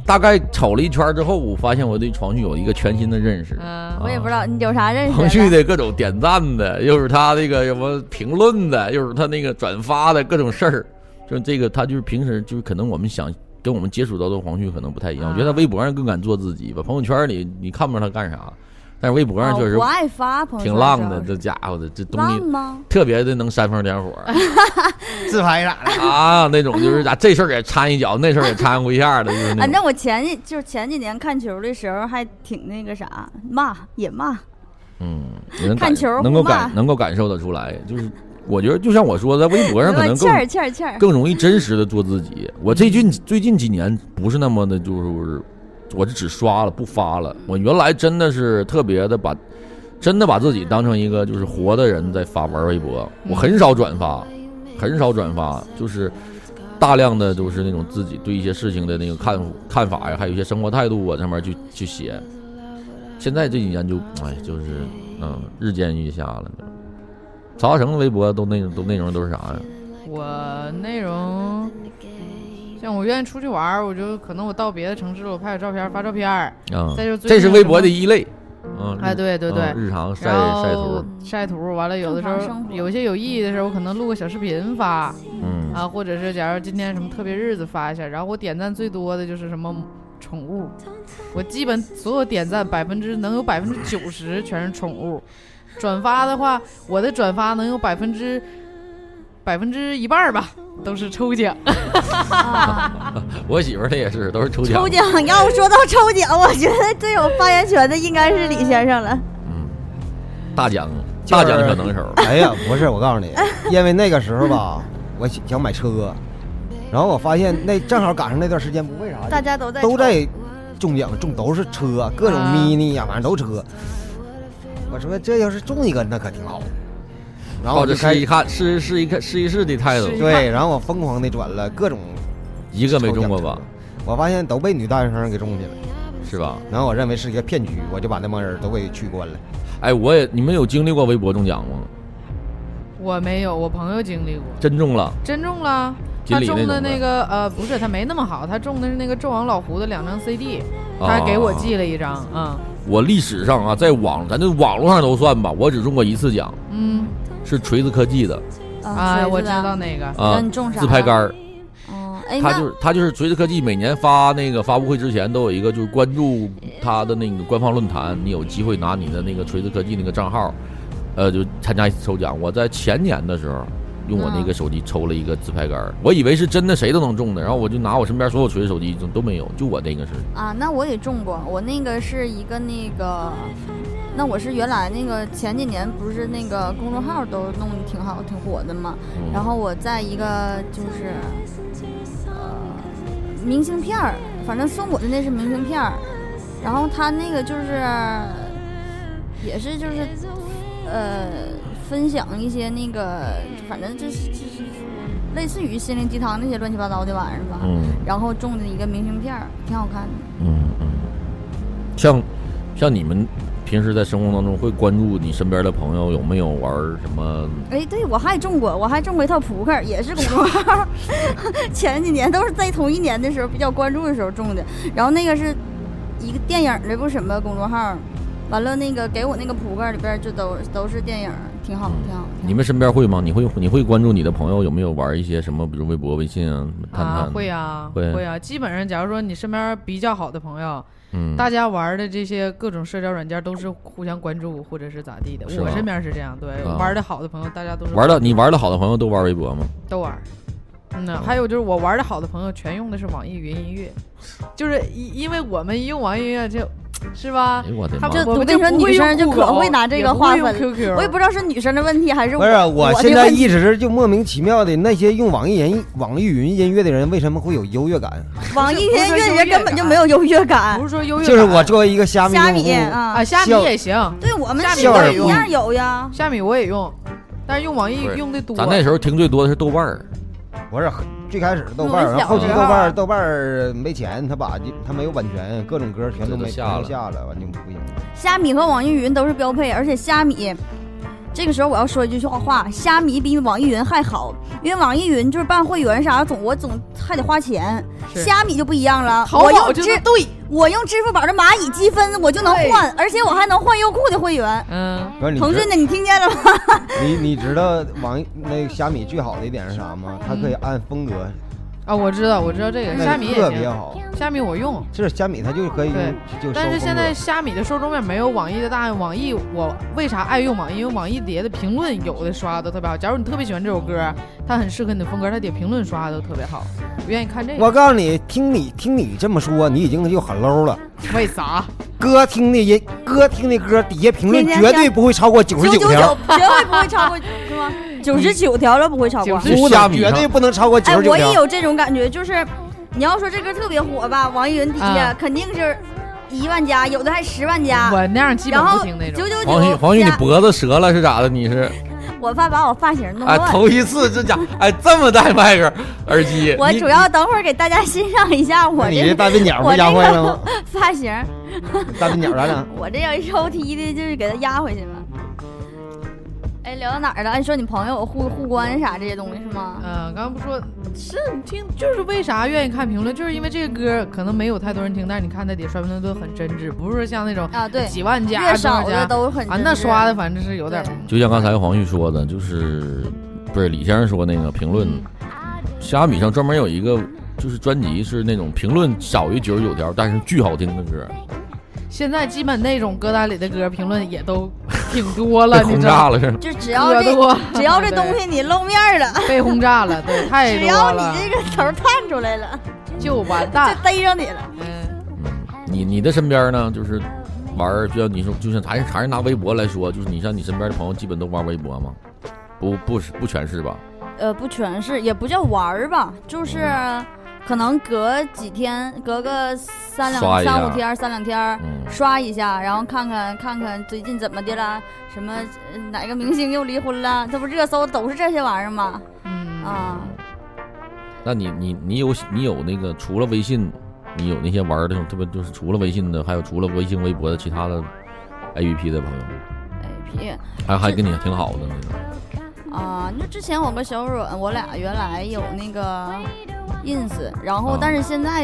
大概瞅了一圈之后，我发现我对黄旭有一个全新的认识。
嗯
啊
我也不知道你有啥认识
黄旭
的，
的各种点赞的，又是他那个什么评论的，又是他那个转发的各种事儿，就这个他就是平时就是可能我们想跟我们接触到的黄旭可能不太一样，
啊
我觉得他微博上更敢做自己吧，朋友圈里你看不着他干啥，但是微博上确
啊我
实
不爱发朋友圈，
挺浪的，
主
这家伙的这东
要是浪
西
吗？
特别的能煽风点火
自拍啥
[laughs]
的。
啊，那种就是啊这事儿也掺一脚，那事儿也掺和一下的，就是那
啊，
种。
那我前几就是前几年看球的时候还挺那个啥，骂也骂，
嗯，你能
看
感
球儿
能
不
够
骂
感能够感受得出来，就是我觉得就像我说的，在微博上可能
欠
更
儿欠儿欠儿。
更容易真实的做自己。我最近最近几年不是那么的，就是我是只刷了不发了。我原来真的是特别的把，真的把自己当成一个就是活的人在发玩微博，我很少转发，很少转发，就是大量的就是那种自己对一些事情的那个看看法呀，还有一些生活态度啊上面去去写。现在这几年就哎，就是嗯，日渐愈下了。曹大成的微博都内都内容都是啥呀？
我内容。像我愿意出去玩儿，我就可能我到别的城市了，我拍点照片儿发照片儿。
啊，
再就最
这
近
是
有
微
什
博
么
的一类，嗯，
哎，对对对
嗯，日常晒
然后
晒图，
晒图完了，有的时
嗯正常
候
生活
有一些有意义的时候，我可能录个小视频发
嗯
啊，或者是假如今天什么特别日子发一下。然后我点赞最多的就是什么宠物，我基本所有点赞百分之能有百分之九十全是宠物。转发的话，我的转发能有百分之百分之一半儿吧，都是抽奖。 [laughs]
啊
我媳妇儿她也是，都是抽奖，
抽奖，要说到抽奖，我觉得最有发言权的应该是李先生了。
嗯，大奖，大奖小能手，
哎呀，不是，我告诉你，因为那个时候吧，我想买车，然后我发现那正好赶上那段时间，不为啥
大家都在
都
抽
在中奖，中都是车，各种
啊
mini 呀、反正都车。我说这要是中一个，那可挺好。然后
抱
我
着
就
试
开
一看，试试一看，试一试的态度
试，一
对，然后我疯狂的转了各种，
一个没中过吧，？
我发现都被女大学生给中去了。
是吧？
然后我认为是一个骗局，我就把那帮人都给取关了。
哎，我也，你们有经历过微博中奖吗？
我没有，我朋友经历过，
真中了，
真中了。
锦
他
鲤
中
那种
的那
呗
个呃，不是他没那么好，他中的是那个纣王老胡的两张 CD，
啊
他给我寄了一张，嗯
我历史上啊，在网咱就网络上都算吧，我只中过一次奖，
嗯
是锤子科技的
嗯
谁
啊，
知
我知
道
道那个，
啊
那你中，啥
自拍
了
杆儿。
哦，哎，
他
那
就是他就是锤子科技每年发那个发布会之前都有一个，就是关注他的那个官方论坛，你有机会拿你的那个锤子科技那个账号，呃，就参加一次抽奖。我在前年的时候。用
嗯
我那个手机抽了一个自拍杆儿，我以为是真的谁都能中的，然后我就拿我身边所有锤子手机都都没有，就我那个是
啊，那我也中过，我那个是一个那个，那我是原来那个前几年不是那个公众号都弄得挺好、挺火的嘛，
嗯
然后我在一个就是呃明信片儿，反正送我的那是明信片儿，然后他那个就是也是就是呃分享一些那个，反正就是就是类似于心灵鸡汤那些乱七八糟的玩意儿吧。
嗯
然后中的一个明信片儿，挺好看的。
嗯嗯，像像你们平时在生活当中会关注你身边的朋友有没有玩儿什么
哎，对，我还中过，我还中过一套扑克，也是公众号， [laughs] 前几年都是在同一年的时候比较关注的时候中的。然后那个是一个电影儿的不是什么公众号，完了那个给我那个扑克里边儿就都都是电影儿，
挺好，挺好。
你们身边会吗？你会你会关注你的朋友有没有玩一些什么，比如微博、微信啊、探探？
啊，会啊，
会
会啊。基本上，假如说你身边比较好的朋友，
嗯，
大家玩的这些各种社交软件都是互相关注或者是咋地的。
是
我
吧
身边是这样，对，
啊
玩的好的朋友大家都是
玩的你玩的好的朋友都玩微博吗？
都玩儿。嗯
哦
呐，还有就是我玩的好的朋友全用的是网易云音乐，就是因因为我们一用网易云音乐就，是吧
哎？呦我的
啊他
妈！
们
这
我们
我跟你说
不会
女
用
生就
酷
可
狗
会拿这
也
个
不
划
会用
分
QQ，
我也不知道是女生的问题还是
不
我
是，啊我
的
现在
问题
一直就莫名其妙的，那些用网易云网易云音乐的人为什么会有优越感？
网易云音
不是
乐
优
里
越
边根本就
感
没有优越感
不，是说优越感，
就是我作为一个虾米
虾
用户
米，啊
啊，，虾米
笑
也行，
对我们
虾
这
也
米
边一
有
样有呀，
虾米我也用，但是用网易
不是
用的多。
咱那时候听最多的是豆瓣儿，
不是最开始豆瓣儿，
我们小
然后后期
时
豆
候
瓣儿豆瓣儿没钱，他把他没有版权，各种歌全都
这都
没
下了
都下了，完就不行。
虾米和网易云都是标配，而且虾米。这个时候我要说一句话话，虾米比网易云还好，因为网易云就是办会员啥总我总还得花钱，
是
虾米就不一样了。
淘
我
宝
用
就
支
是对，
我用支付宝的蚂蚁积分我就能换，而且我还能换优酷的会员。
嗯，
不是你
腾
知
讯的你听见了吗？
你你知道网易那个虾米最好的一点是啥吗？它可以按风格，
啊，我知道，我知道这个虾
那
米
个
也
特别
行，
好。
虾米我用，
是虾米，它就可以
对
就
但是
搜
现在
风
虾米的受众面没有网易的大。网易我为啥爱用网易？因为网易底下的评论有的刷的都特别好。假如你特别喜欢这首歌，它很适合你的风格，它底下评论刷的都特别好。我愿意看这
格。我
个，
告诉你，听你听你这么说，你已经就很 low 了。
为啥？
歌听的音，歌听的歌底下评论
天天
绝对不会超过九十
九
九
九
条
九，绝对不会超过，是吗？九十九条都不会超过
99。
这
不
虾
能
米
绝
上
对不能超过九
哎，
十九
我也
条。
有这种感觉，就是你要说这歌特别火吧，网易云底下
啊
肯定是一万加，有的还十万加。
我那样基本
然
不
后
听那种
九。九
黄旭
九
黄旭，你
加，
脖子折了是咋的？你是
我怕把我发型弄
哎
乱。
头一次这家伙哎这么戴麦克耳机，
我
你
主要等会儿给大家欣赏一下我
那你
这
这大笨鸟
我
不
这
压坏了吗？
发型，
大笨鸟咱俩
我这要一抽屉的，就是给它压回去了。哎，聊到哪儿了？哎，说你朋友互互关啥这些东西是吗？
嗯，刚刚不说是你听，就是为啥愿意看评论，就是因为这个歌可能没有太多人听，但是你看它底下刷评论都很真挚，不是说像那种
啊，对，
几万加、
越
多少
少的
加
都很
啊，
真
那
挚
刷的反正是有点
对
就像刚才黄旭说的，就是不是李先生说那个评论，虾米上专门有一个就是专辑是那种评论少于九十九条，但是巨好听的歌，
现在基本那种歌单里的歌评论也
[laughs]
都挺多
被
了，你
轰
知道
炸
吗？
了是。
就只要
可
这
多，
只要这东西你露面儿了，
被轰炸了，对，太
只
多
要
了啊
你，这个头儿探出来了，
就完
就
蛋。
逮着你了。 [laughs]
嗯，
嗯，你你的身边呢，就是玩儿，就像你说，就像还是还是拿微博来说，就是你像你身边的朋友，基本都玩微博吗？不不是不全是吧？
呃，不全是，也不叫玩儿吧，就是
嗯
可能隔几天，隔个三
刷
两
一下
三五天儿，三两天儿
嗯，
刷一下，然后看看看看最近怎么的啦，什么呃哪个明星又离婚了，这不热搜都是这些玩意儿吗？
嗯
啊，
那你你你有你有那个除了微信，你有那些玩儿的，特别就是除了微信的，还有除了微信、微博的其他的 A P P 的朋友吗，
哎屁
还还跟你挺好的那种。
啊！那之前我跟小软，我俩原来有那个 ins，然后
啊
但是现在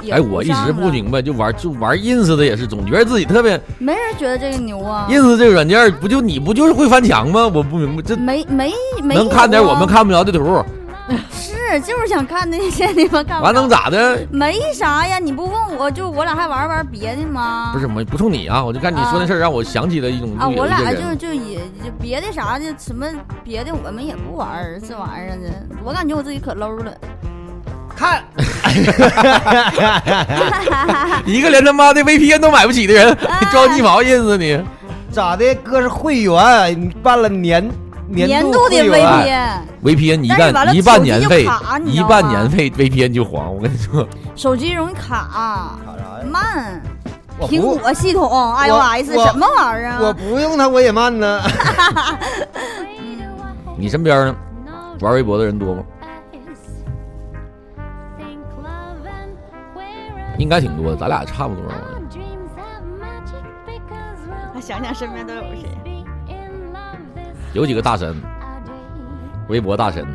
也
哎，我一
上
直不
了
明白，就玩就玩 ins 的也是，总觉得自己特别
没人觉得这个牛啊，
ins 这个软件儿，不就你不就是会翻墙吗？我不明白，这
没没没
能
有
看点
啊
我们看不着的图，
是就是想看那些你们看不
完能
着
咋的？
没啥呀，你不问我就我俩还玩玩别的吗？
不是没不冲你啊，我就看你说那事儿，让我想起了一种
啊，
就有
我
一些
俩
人
就就也就别的啥的什么别的我们也不玩儿这玩意儿呢，我感觉我自己可 low 了。
看，
一个连他妈的 VPN 都买不起的人，
哎
[laughs] 装鸡毛 ins 你？
咋的？哥是会员，你办了年
年
度
度的
会员
VPN，
VPN 一
但是完
旦
了
一半年费
手机就卡，你知
一
道吗
半年费 VPN 就黄。我跟你说，
手机容易卡，啊
卡啥呀？
慢，
我
苹
不
果系统 iOS
我
什么玩意儿
我
啊？
不用它我也慢呢。
你身边呢玩微博的人多吗？应该挺多的，咱俩差不多。
我想想身边都有谁。
有几个大神，微博大神，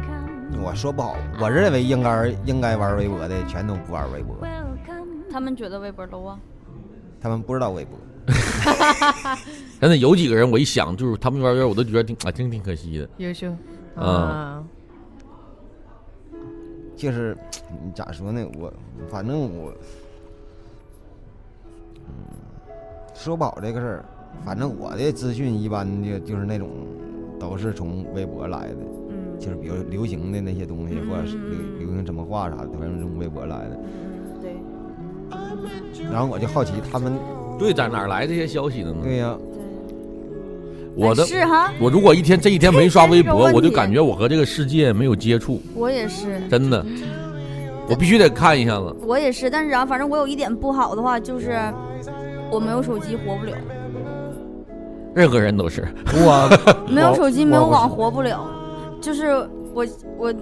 我说不好，我认为应该应该玩微博的全都不玩微博，
他们觉得微博 low 啊？
他们不知道微博。
真的有几个人，我一想就是他们那边儿，我都觉得挺啊，真挺可惜的。
优秀
啊
啊，
就是你咋说呢？我反正我，嗯，说不好这个事儿。反正我的资讯一般就就是那种，都是从微博来的，
嗯
就是比如流行的那些东西，或者是流流行什么话啥的，反正从微博来的。
对，
然后我就好奇他们，
哦
对，在哪儿来这些消息的呢？
对呀、
我的
哎是哈，
我如果一天这一天没刷微
这是个
博，
问题
我就感觉我和这个世界没有接触，
我也是，
真的，
嗯
我必须得看一下子。
我也是，但是啊，反正我有一点不好的话就是，我没有手机活不了，
任何人都
[laughs]
是，
我
没有手机
我
没有
我
网活不了，就是我我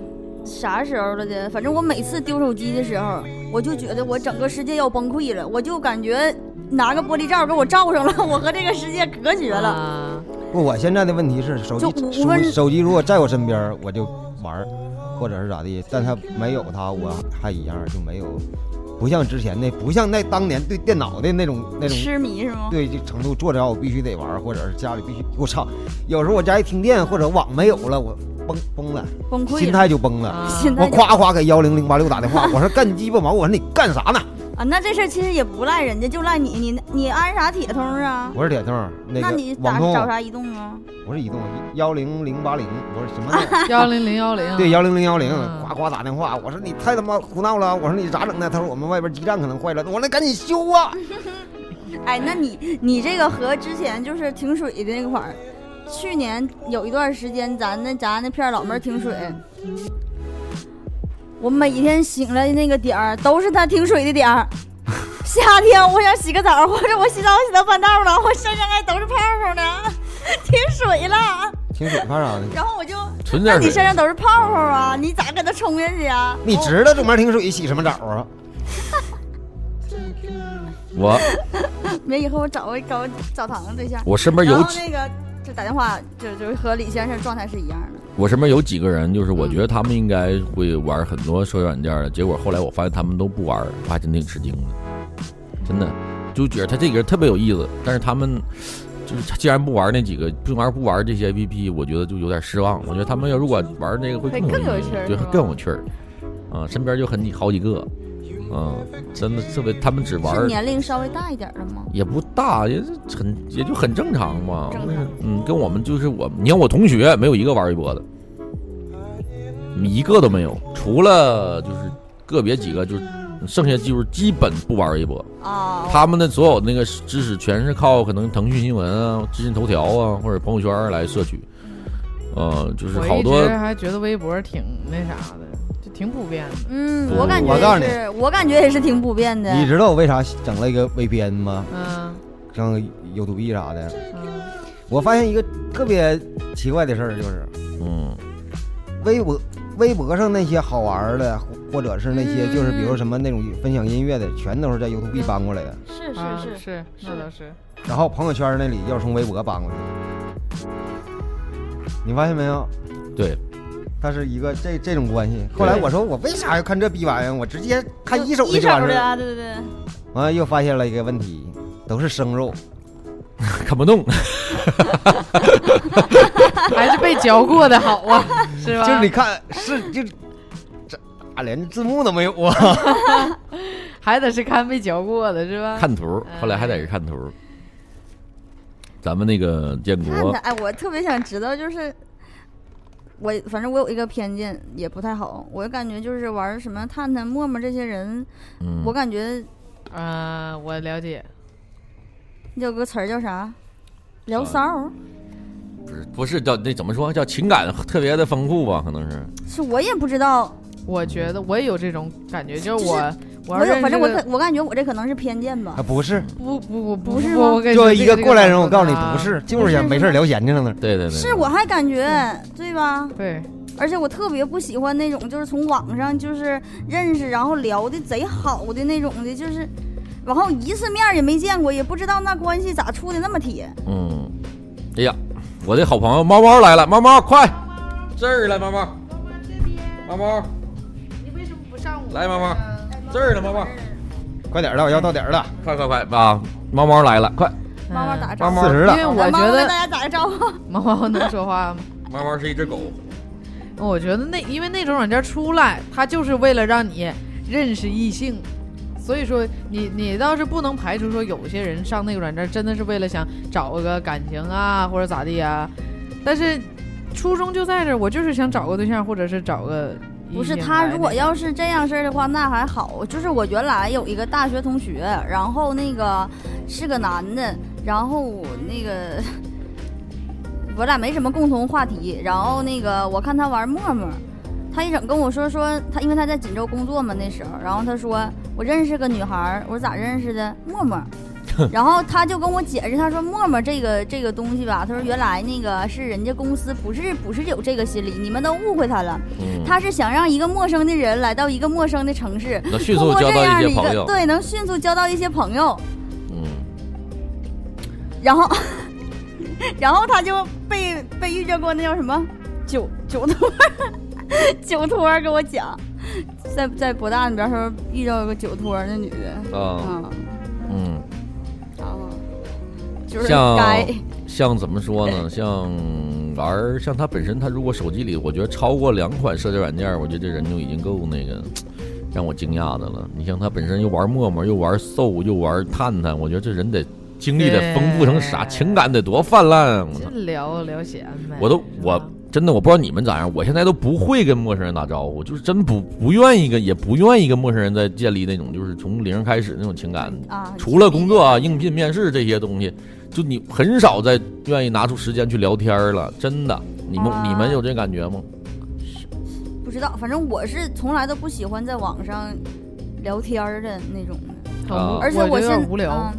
啥时候了的？反正我每次丢手机的时候，我就觉得我整个世界要崩溃了，我就感觉拿个玻璃罩给我罩上了， [laughs] 我和这个世界隔绝了。
啊
了，
不，我现在的问题是手
就
机
无
手
分
手机如果在我身边儿，我就玩儿，或者是咋地，但它没有它，我还一样儿就没有，不像之前那，不像那当年对电脑的那种那种。
痴迷是吗？
对，这程度做着我必须得玩儿，或者是家里必须，我操！有时候我家一停电或者网没有了，我崩崩了，
崩溃
心
了。
态就
嗯
崩了。
啊
现在
我
就
夸夸给幺零零八六打电话，我说干鸡巴忙，我说你干啥呢？
啊，那这事儿其实也不赖人家，就赖你，你你安啥铁通啊？
我说铁通，那
那
个
你
网
咋
通，
找啥移动啊？
我说移动幺零零八零，我说什么呢？
[laughs] 幺零零啊幺零，
对，幺零零幺零
嗯，
呱呱打电话，我说你太他妈胡闹了，我说你咋整的？他说我们外边基站可能坏了，我说那赶紧修啊！
哎，那你你这个和之前就是停水的那块儿，去年有一段时间咱那咱那片儿老妹儿停水，我每天醒来的那个点儿都是她停水的点儿。夏天我想洗个澡，或者我洗澡洗到半道了，我身上还都是泡泡呢，停水了。
停水怕啥的？
然后我就，
存
那
点
你身
水。
上都是泡泡啊，你咋给它冲下去啊？
你知道这门停水洗什么澡啊？
我
没以后我找个搞澡堂子对象，
我身边
然
有
后
几，
那个就打电话，就就和李先生状态是一样的。
我身边有几个人，
嗯
就是我觉得他们应该会玩很多社交软件的，结果后来我发现他们都不玩，我还真挺吃惊的，真的就觉得他这个人特别有意思，但是他们。就是他既然不玩那几个，不玩不玩这些 APP，我觉得就有点失望。我觉得他们要如果玩那个会
会
更
更有
意思
趣儿
对，
是
会
吧
更有趣儿。啊，身边就很好几个，啊，真的特别，他们只玩
是年龄稍微大一点的吗？
也不大，也是很也就很正常嘛。
正常
嗯，跟我们就是我，你看我同学没有一个玩微博的，一个都没有，除了就是个别几个，就是剩下就是基本不玩微博。
啊，
他们的所有那个知识全是靠可能腾讯新闻啊、知信头条啊或者朋友圈来摄取。呃，就是
我
好
一
多
直还觉得微博挺那啥的，就挺普遍的。
嗯，
嗯
我感
我告诉
觉
你
也是，我感觉也是挺普遍的。
你知道我为啥整了一个 VPN 吗？
嗯
整个 YouTube 啥的。
嗯
我发现一个特别奇怪的事儿，就是
嗯，
微博微博上那些好玩儿的，或或者是那些
嗯
就是比如什么那种分享音乐的，全都是在 YouTube 搬过来的。
是
啊
是是，
是，那倒是。 [laughs]
然后朋友圈那里又是从微博搬过去的。你发现没有？
对， [laughs]
它是一个这这种关系。后来我说我为啥要看这逼玩意儿？我直接看一手
一
的就
手
完事
的
儿。
啊，对对对，
完了又发现了一个问题，都是生肉，
看不动。
还是被嚼过的好啊，是吧？
就是你看是就这啊连字幕都没有啊。
还得是看被嚼过的，是吧？
看图，后来还得是看图。咱们那个建
看
国
他，，哎，我特别想知道，就是我反正我有一个偏见，也不太好，我感觉就是玩什么探探、陌陌这些人，
嗯，
我感觉
啊、我了解。
有个词儿叫啥？聊骚儿，
不是不是叫那怎么说叫情感特别的丰富吧？可能是
是我也不知道，
我觉得我也有这种感觉，就是我，我
我
要认
有
识
反正我
个
可我感觉我这可能是偏见吧
啊，。不是，
不不我不
不是
不
吗
我跟你
作为
说
一
这
个
个
过来人，
感
我告诉你
觉啊
不是，就是也没事儿聊闲去了呢。
对对对，
是我还感觉
嗯
对吧？
对，
而且我特别不喜欢那种就是从网上就是认识，然后聊的贼好的那种的，就是，然后一次面也没见过，也不知道那关系咋处的那么铁。
嗯，哎呀，我的好朋友猫猫来了，猫猫快这儿来，猫猫，猫猫
你为什么不上
来猫猫这儿呢，猫猫，
快点儿了，我要到点儿了。
快快快啊，猫猫来了，快
猫猫打个招
猫猫
呼，
四十
因
了
为，我
猫猫
觉
跟
得
大家打个招呼。
猫猫能说话吗？
猫猫是一只狗，
我觉得那因为那种软件出来，它就是为了让你认识异性，所以说你你倒是不能排除说有些人上那个软件真的是为了想找个感情啊或者咋地啊，但是初衷就在这儿，我就是想找个对象或者是找个异性来那个。哎
不是他，如果要是这样式儿的话，那还好。就是我原来有一个大学同学，然后那个是个男的，然后我那个我俩没什么共同话题。然后那个我看他玩陌陌，他一整跟我说说他，因为他在锦州工作嘛那时候，然后他说我认识个女孩儿，我说咋认识的？陌陌。然后他就跟我解释，他说陌陌这个这个东西吧，他说原来那个是人家公司不是不是有这个心理，你们都误会他了。
嗯
他是想让一个陌生的人来到一个陌生的城市，
能迅
通
速
过这
交到
样
一
的
些
一
朋
个
友。
对，能迅速交到一些朋友，
嗯，
然后， [laughs] 然后他就被被遇见过那叫什么酒酒托儿， [laughs] 酒托儿跟我讲，在在博大那边时候遇到个酒托儿那女的，
啊，
嗯，
嗯，
然后就是
像
该
像怎么说呢？像玩儿，像他本身，他如果手机里，我觉得超过两款社交软件儿，我觉得这人就已经够那个让我惊讶的了。你像他本身又玩陌陌，又玩搜，又玩探探，我觉得这人得经历得丰富成啥，
对
情感得多泛滥啊！我操
就聊聊闲呗，
我都我真的我不知道你们咋样，我现在都不会跟陌生人打招呼，就是真不不愿意跟，也不愿意跟陌生人再建立那种就是从零开始那种情感。
啊，
除了工作啊、应聘、面试这些东西，就你很少再愿意拿出时间去聊天了，真的。你们、
啊
你们有这感觉吗？
不知道，反正我是从来都不喜欢在网上聊天儿的那种的。
很无
啊
而且
我觉得有
现
点无聊，
嗯，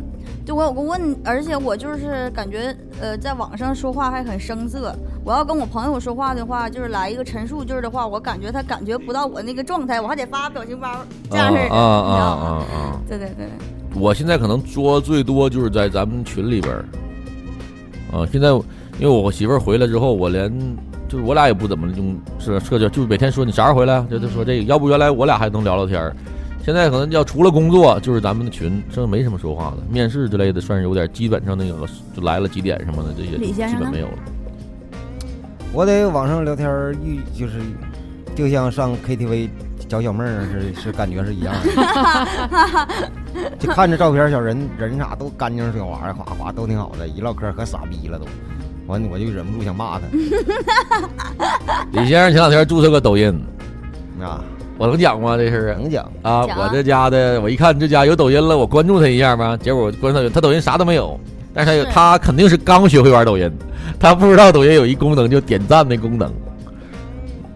对我有个问，而且我就是感觉呃，在网上说话还很生涩。我要跟我朋友说话的话，就是来一个陈述句儿的话，我感觉他感觉不到我那个状态，我还得发表情包这样式儿的，
啊啊
你知道
啊
吗？
啊啊！
对对对，
我现在可能说最多就是在咱们群里边儿，啊，现在因为我媳妇儿回来之后，我连就是我俩也不怎么用社社交，就是每天说你啥时候回来，就就说这个，要不原来我俩还能聊聊天儿，现在可能要除了工作就是咱们的群，这没什么说话的，面试之类的算是有点，基本上那个就来了几点什么的这些，
李先生
基本
呢
没有了。
我在网上聊天儿遇就是，就像上 KTV 找小妹儿是是感觉是一样的，
[laughs]
就看着照片儿小人人啥都干净水滑的，哗哗都挺好的，一唠嗑儿可傻逼了都，完我就忍不住想骂他
李先生前两天注册个抖音，
嗯
啊，
我能讲吗这事儿啊？
能讲
啊，
讲啊
我这家的，我一看这家有抖音了，我关注他一下吧。结果我关注他，他抖音啥都没有，但是他有，
是
他肯定是刚学会玩抖音，他不知道抖音有一功能就点赞那功能，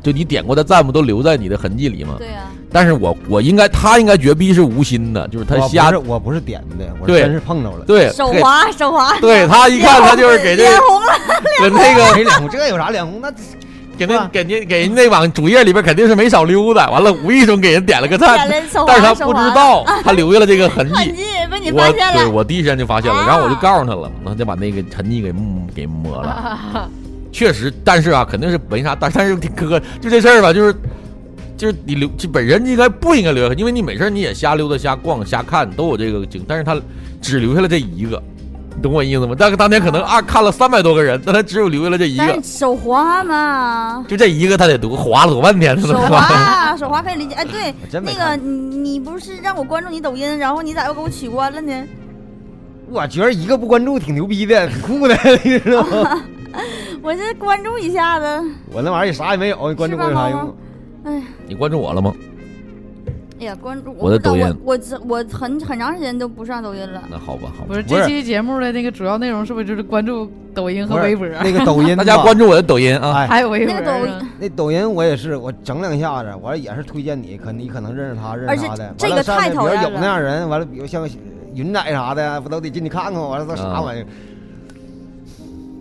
就你点过的赞不都留在你的痕迹里吗？
对呀、
但是我我应该他应该绝逼是无心的，就是他
我不
瞎
是我不是点的，我
对
真是碰着了。
对
手
给
滑手滑， [laughs]
对他一看他就是给这
脸红了，
给那个
[laughs] 没脸红，这有啥脸红？那
给那给那给人那网主页里边肯定是没少溜达，完了无意中给人点了个赞
点，了手滑，
但是他
手
不知
滑
道他留下了这个痕迹
[laughs] 痕。迹被你
我
发现
对
了，
我第一时间就发现了，
啊
然后我就告诉他了，然后就把那个陈迹给抹给抹了。
[laughs]
确实，但是啊，肯定是没啥，但但是挺哥就这事儿吧，就是就是你留，就本人应该不应该留下，因为你没事儿你也瞎溜达、瞎逛、瞎看，都有这个经，但是他只留下了这一个，你懂我意思吗？但是当天可能啊看了三百多个人，但他只有留下了这一
但
个
是，手
[laughs]
滑嘛。
就这一个他得多划了多半天才
手
能划。
滑，手滑可以理解。哎，对，
真没
那个
看
你你不是让我关注你抖音，然后你咋又给我取关了呢？
我觉得一个不关注挺牛逼的，挺酷的，你知道
[laughs]
吗？
我这关注一下子，
我那玩意儿也啥也没有，你关注我有啥
是吧猫
用
猫？哎呀，
你关注我了吗？
哎呀，关注
我的抖音
我不知道我我我很很长时间都不上抖音了。
那好吧，好
不
吧，
是
不
这
是
期节目的那个主要内容是不是就是关注抖音和
不是
微博？
那个抖音吧，
大家关注我的抖音啊。
哎，
还有微博
那
呢，
个抖音
那抖音我也是，我整两下子，完了也是推荐你，可你可能认识他，认识他的。
而且
完了
这个太
上面
讨厌
比如有
了
那样人，完了比如像云仔啥的，不都得进去看看吗？完了都啥
啊
玩意儿，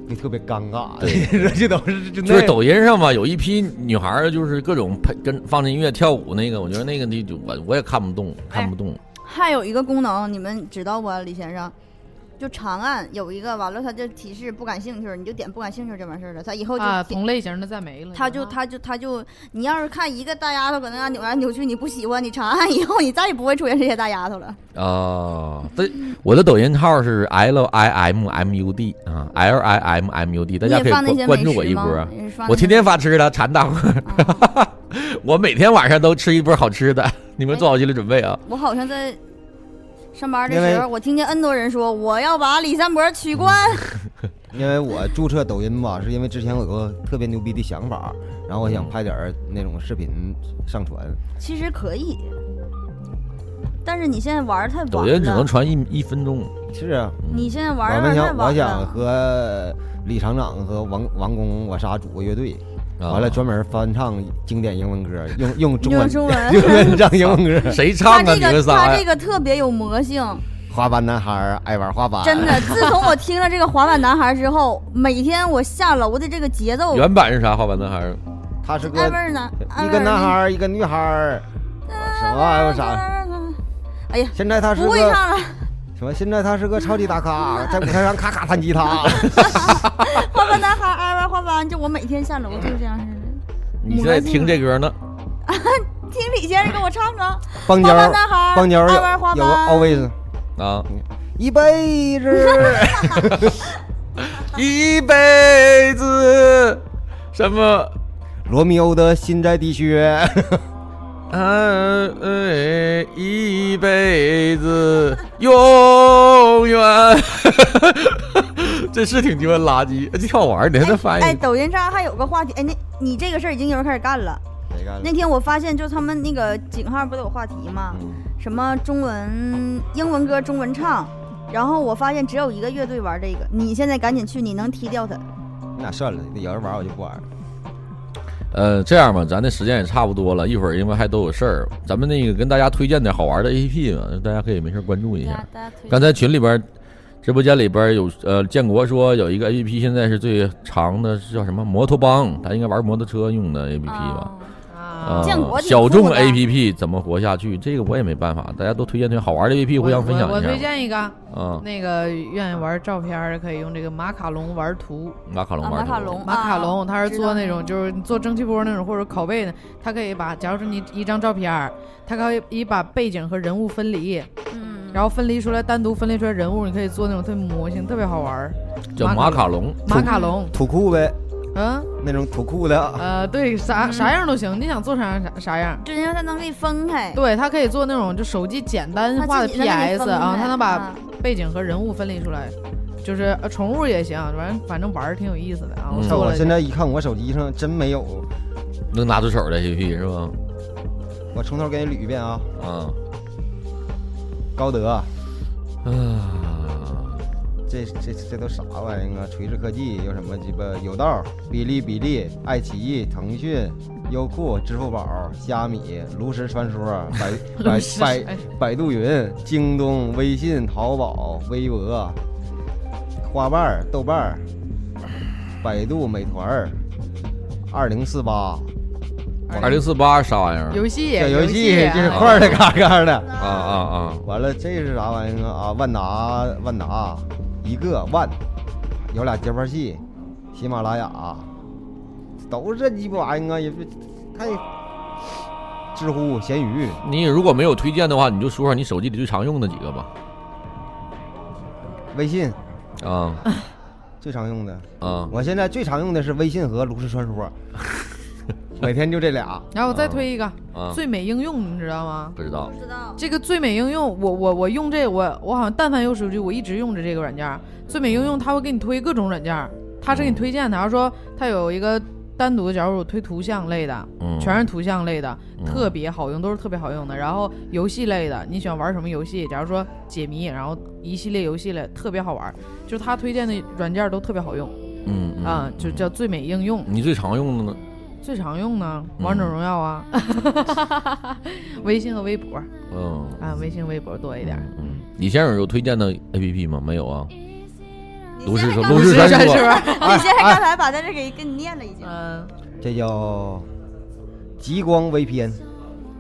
就特别尴尬。
对
[laughs] 这都是就
就是
那
抖音上嘛，有一批女孩儿，就是各种配跟放着音乐跳舞那个，我觉得那个你就我我也看不动，看不动。
还有一个功能，你们知道不，李先生？就长按有一个，完了它就提示不感兴趣，你就点不感兴趣就完事儿了。它以后就
啊，
停
同类型的再没了。
他就他就他就，你要是看一个大丫头搁那样扭来扭去，你不喜欢，你长按以后，你再也不会出现这些大丫头了。
啊，这
嗯
我的抖音号是 L I M M U D 啊，L I M M U [laughs] D，大
你
家
也
可以
放那
关
些
关注
美
我
食
一波
吗？
啊。
也是放
我
那些
天天发吃的，馋大伙儿，
啊
[laughs]
哎
我每天晚上都吃一波好吃的，你们做好心理准备啊！
我好像在上班的
因为
时候，我听见 N 多人说我要把李三伯取关。
因为我注册抖音吧，是因为之前我有个特别牛逼的想法，然后我
嗯
想拍点儿那种视频上传。
其实可以，但是你现在玩儿太晚了。
抖音只能传一一分钟，
是啊，
你现在玩
我
儿
们
太
想我
晚
想
了。
和李厂长和王王工我仨组个乐队，
啊
完了专门翻唱经典英文歌，用用中
用
文
中
[laughs] 用
文，
文唱英
[laughs]
文歌。
谁唱
他
啊？
这
你们
个
仨
他这
呀？
个特别有魔性。
花瓣男孩儿爱玩花瓣，
哎 [laughs]
真的，自从我听了这个滑板男孩之后，每天我下楼的这个节奏，
原版是啥？好吧，男孩儿
他是个
艾味儿呢，
一个男孩儿一个女孩儿，什么玩意儿？啥？
啥？
现在他是
哎不会
个
唱了，
什么？现在他是个超级大
[laughs]
咖，在舞台上咔咔弹吉他。
滑板男孩，艾味儿滑板，就我每天下楼就这样式的。
你现在听这歌呢？
听李先生给我唱啊，
邦
花
交
瓣男孩儿，
邦交有
艾味儿滑
有个
板，
always
啊，
一辈
[laughs]
子。
一辈子什么？
罗密欧的心在滴血，
啊，哎，一辈子永远， [laughs] 这是挺鸡巴垃圾，哎挺好玩儿，你还能翻
哎，
译？
抖音上还有个话题，哎，那你这个事儿已经有人开始干了。
谁干
那
的？
天我发现，就他们那个井号不都有话题
嗯
吗？
嗯
什么中文、英文歌中文唱，然后我发现只有一个乐队玩这个。你现在赶紧去，你能踢掉他。
你俩算了，有人玩我就不玩了。
呃，这样吧，咱的时间也差不多了，一会儿因为还都有事儿，咱们那个跟大家推荐点好玩的 APP 嘛，大家可以没事儿关注一下。
啊
刚才群里边儿、直播间里边儿有呃，建国说有一个 A P P，现在是最长的，是叫什么摩托帮，他应该玩摩托车用的 A P P
哦
吧？
啊
啊，
建国挺
小众
酷的
A P P 怎么活下去？这个我也没办法，大家都推荐推荐好玩的 A P P，互相分享
我我
一
推
下
荐一个，
吧。啊，
那个愿意玩照片儿的可以用这个马卡龙玩图。
马卡龙
啊
玩
马
的
卡龙，
马卡龙，它
他
是做那种就是你做蒸汽波那种或者拷贝的，它可以把，假如说你一张照片儿，它可以把背景和人物分离，
嗯，
然后分离出来单独分离出来人物，你可以做那种特别模型，特别好玩儿。
叫马卡龙。
马卡龙，
土酷呗，
嗯
那种土酷
啊
的，
呃，对，
嗯
啥啥样都行，你想做啥样啥啥样。
就因为它能给你分开，
对，它可以做那种就手机简单化
它
的
自己能给你
PS
分
啊，
开
它能把
啊
背景和人物分离出来，就是呃宠物也行，反正反正玩儿挺有意思的啊。我
嗯
看
做
我
了
现在一看我手机上真没有，
能拿出手的 A P P 是吧？
我从头给你捋一遍啊，
啊
高德，
啊，
这这这都啥玩意儿啊？垂直科技有什么鸡巴有道、哔哩哔哩、爱奇艺、腾讯、优酷、支付宝、虾米、炉石传说、百百百百度云、京东、微信、淘宝、微博、花瓣儿、豆瓣儿、百度、美团儿、二零四八。
二零四八啥玩意儿？
游戏
小游戏
戏啊，
就是块儿的嘎嘎的。
啊啊啊！
完了，这是啥玩意儿啊？万达，万达，一个万，有俩节拍器，喜马拉雅，啊都是这鸡巴玩意儿啊！也不太知乎、闲鱼，
你如果没有推荐的话，你就说说你手机里最常用的几个吧。
微信
啊
最常用的。
啊，
我现在最常用的是微信和炉石传说，每天就这俩。
然后我再推一个
嗯
啊
最美应用，你知道吗？
不知道
不。知道
这个最美应用，我我我用这我我好像但凡有手机，我一直用着这个软件儿。最美应用它会给你推各种软件儿，它是给你
嗯
推荐的。然后说它有一个单独的，假如我推图像类的，
嗯，
全是图像类的，
嗯
特别好用，都是特别好用的。然后游戏类的，你喜欢玩什么游戏？假如说解谜，然后一系列游戏类特别好玩，就是它推荐的软件儿都特别好用
嗯嗯
啊，就叫最美应用。
你最常用的呢？
最常用呢，王者
嗯
荣耀啊，微信和微博
嗯
啊，微信微博多一点儿。
嗯，李先生有推荐的 A P P 吗？没有啊。炉石
你先
传
看
炉石
炉石
传
传说
说，
李
哎
先生刚才把在这给给你念了已经。
嗯，
这叫极光 VPN，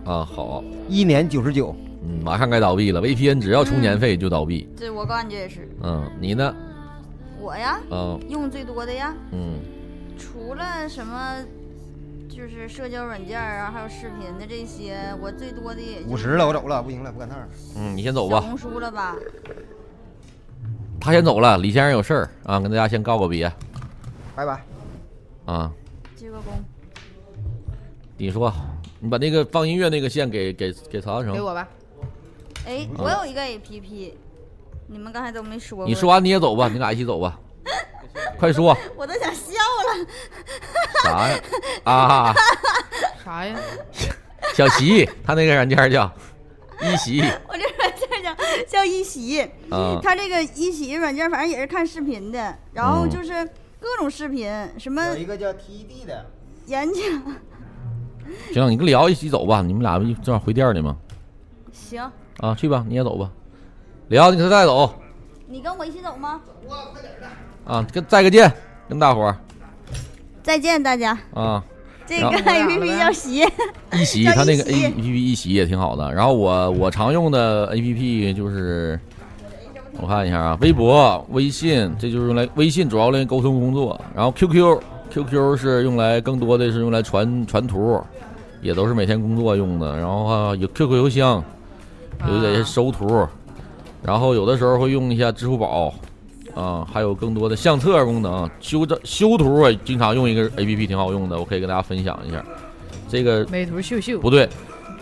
啊，好，
一年九十九，
嗯，马上该倒闭了。VPN 只要充年费就倒闭。
这我感觉也是
嗯，你呢？
我呀，
嗯
用最多的呀，
嗯，
除了什么就是社交软件儿啊，还有视频的这些，我最多的也
五
就是
十了，我走了，不行了，不赶趟儿。
嗯，你先走
小
吧。
红书了吧。
他先走了，李先生有事儿啊，跟大家先告个别
拜拜。
啊。
鞠个躬，
你说，你把那个放音乐那个线给给给曹大
给
成，
我吧。
哎，我有一个 A P P，你们刚才都没说过。
嗯你说完啊你也走
[laughs]
吧，你俩一起走吧。快说
我都想笑了。
啥呀？啊，
啥呀？
小席，他那个软件叫一席
我这软件叫叫一席，
啊。
它这个一席软件反正也是看视频的，然后
嗯哎
就是各种视频，什么
有一个叫 TD 的，
演讲。
行，你跟李敖一起走吧，你们俩不正好回店里吗？
行，
啊，去吧，你也走吧。李敖，你给他带走
你跟我一起走吗？
啊，跟再个见，跟大伙儿
再见大家，
啊。
这
然
个
后
A P P 叫席。
一席，
叫
它那
一
个 A
席
P P 一席也挺好的。然后我我常用的 A P P 就是，我看一下啊，微博、微信，这就是用来微信主要用来沟通工作，然后 Q Q Q Q 是用来更多的是用来传传图，也都是每天工作用的。然后啊有 Q Q 邮箱，有
啊
些收图，然后有的时候会用一下支付宝。啊，还有更多的相册功能，修这修图我也经常用一个 A P P，挺好用的，我可以跟大家分享一下。这个
美图秀秀。
不对，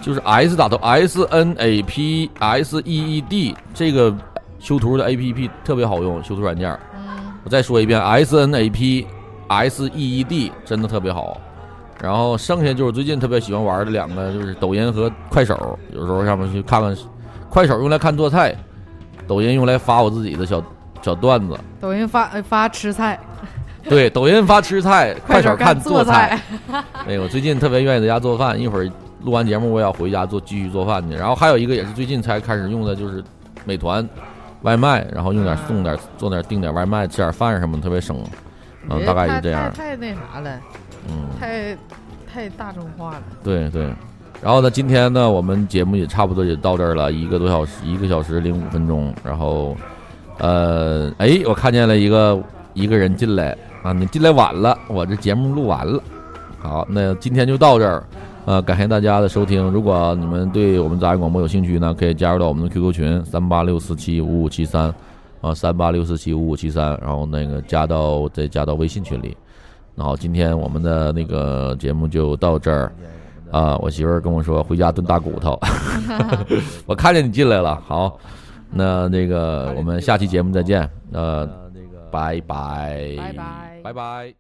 就是 S 打头 S N A P S E E D 这个修图的 A P P 特别好用，修图软件儿。
嗯，
我再说一遍，S N A P S E E D 真的特别好。然后剩下就是最近特别喜欢玩的两个，就是抖音和快手。有时候上面去看看，快手用来看做菜，抖音用来发我自己的小小段子。
抖音发呃发吃菜，
对，抖音发吃菜，快手看
干做
做菜。。哎，我最近特别愿意在家做饭，一会儿录完节目我也要回家做继续做饭去。然后还有一个也是最近才开始用的，就是美团外卖，然后用点送点做点订点外卖，吃点饭什么的，特别省。嗯，
别
大概
太
就这样。
太太那啥了，
嗯，
太太大众化了。
对对。然后呢，今天呢，我们节目也差不多也到这儿了，一个多小时，一个小时零五分钟。然后，呃，哎，我看见了一个一个人进来啊，你进来晚了，我这节目录完了。好，那今天就到这儿，呃，感谢大家的收听。如果你们对我们杂音广播有兴趣呢，可以加入到我们的 QQ 群三八六四七五五七三，啊，三八六四七五五七三，然后那个加到再加到微信群里。那好，今天我们的那个节目就到这儿。啊，我媳妇儿跟我说回家炖大骨 [laughs] 头，我看见你进来了。好，那那个我们下期节目再见。呃，拜拜，
拜拜
拜拜。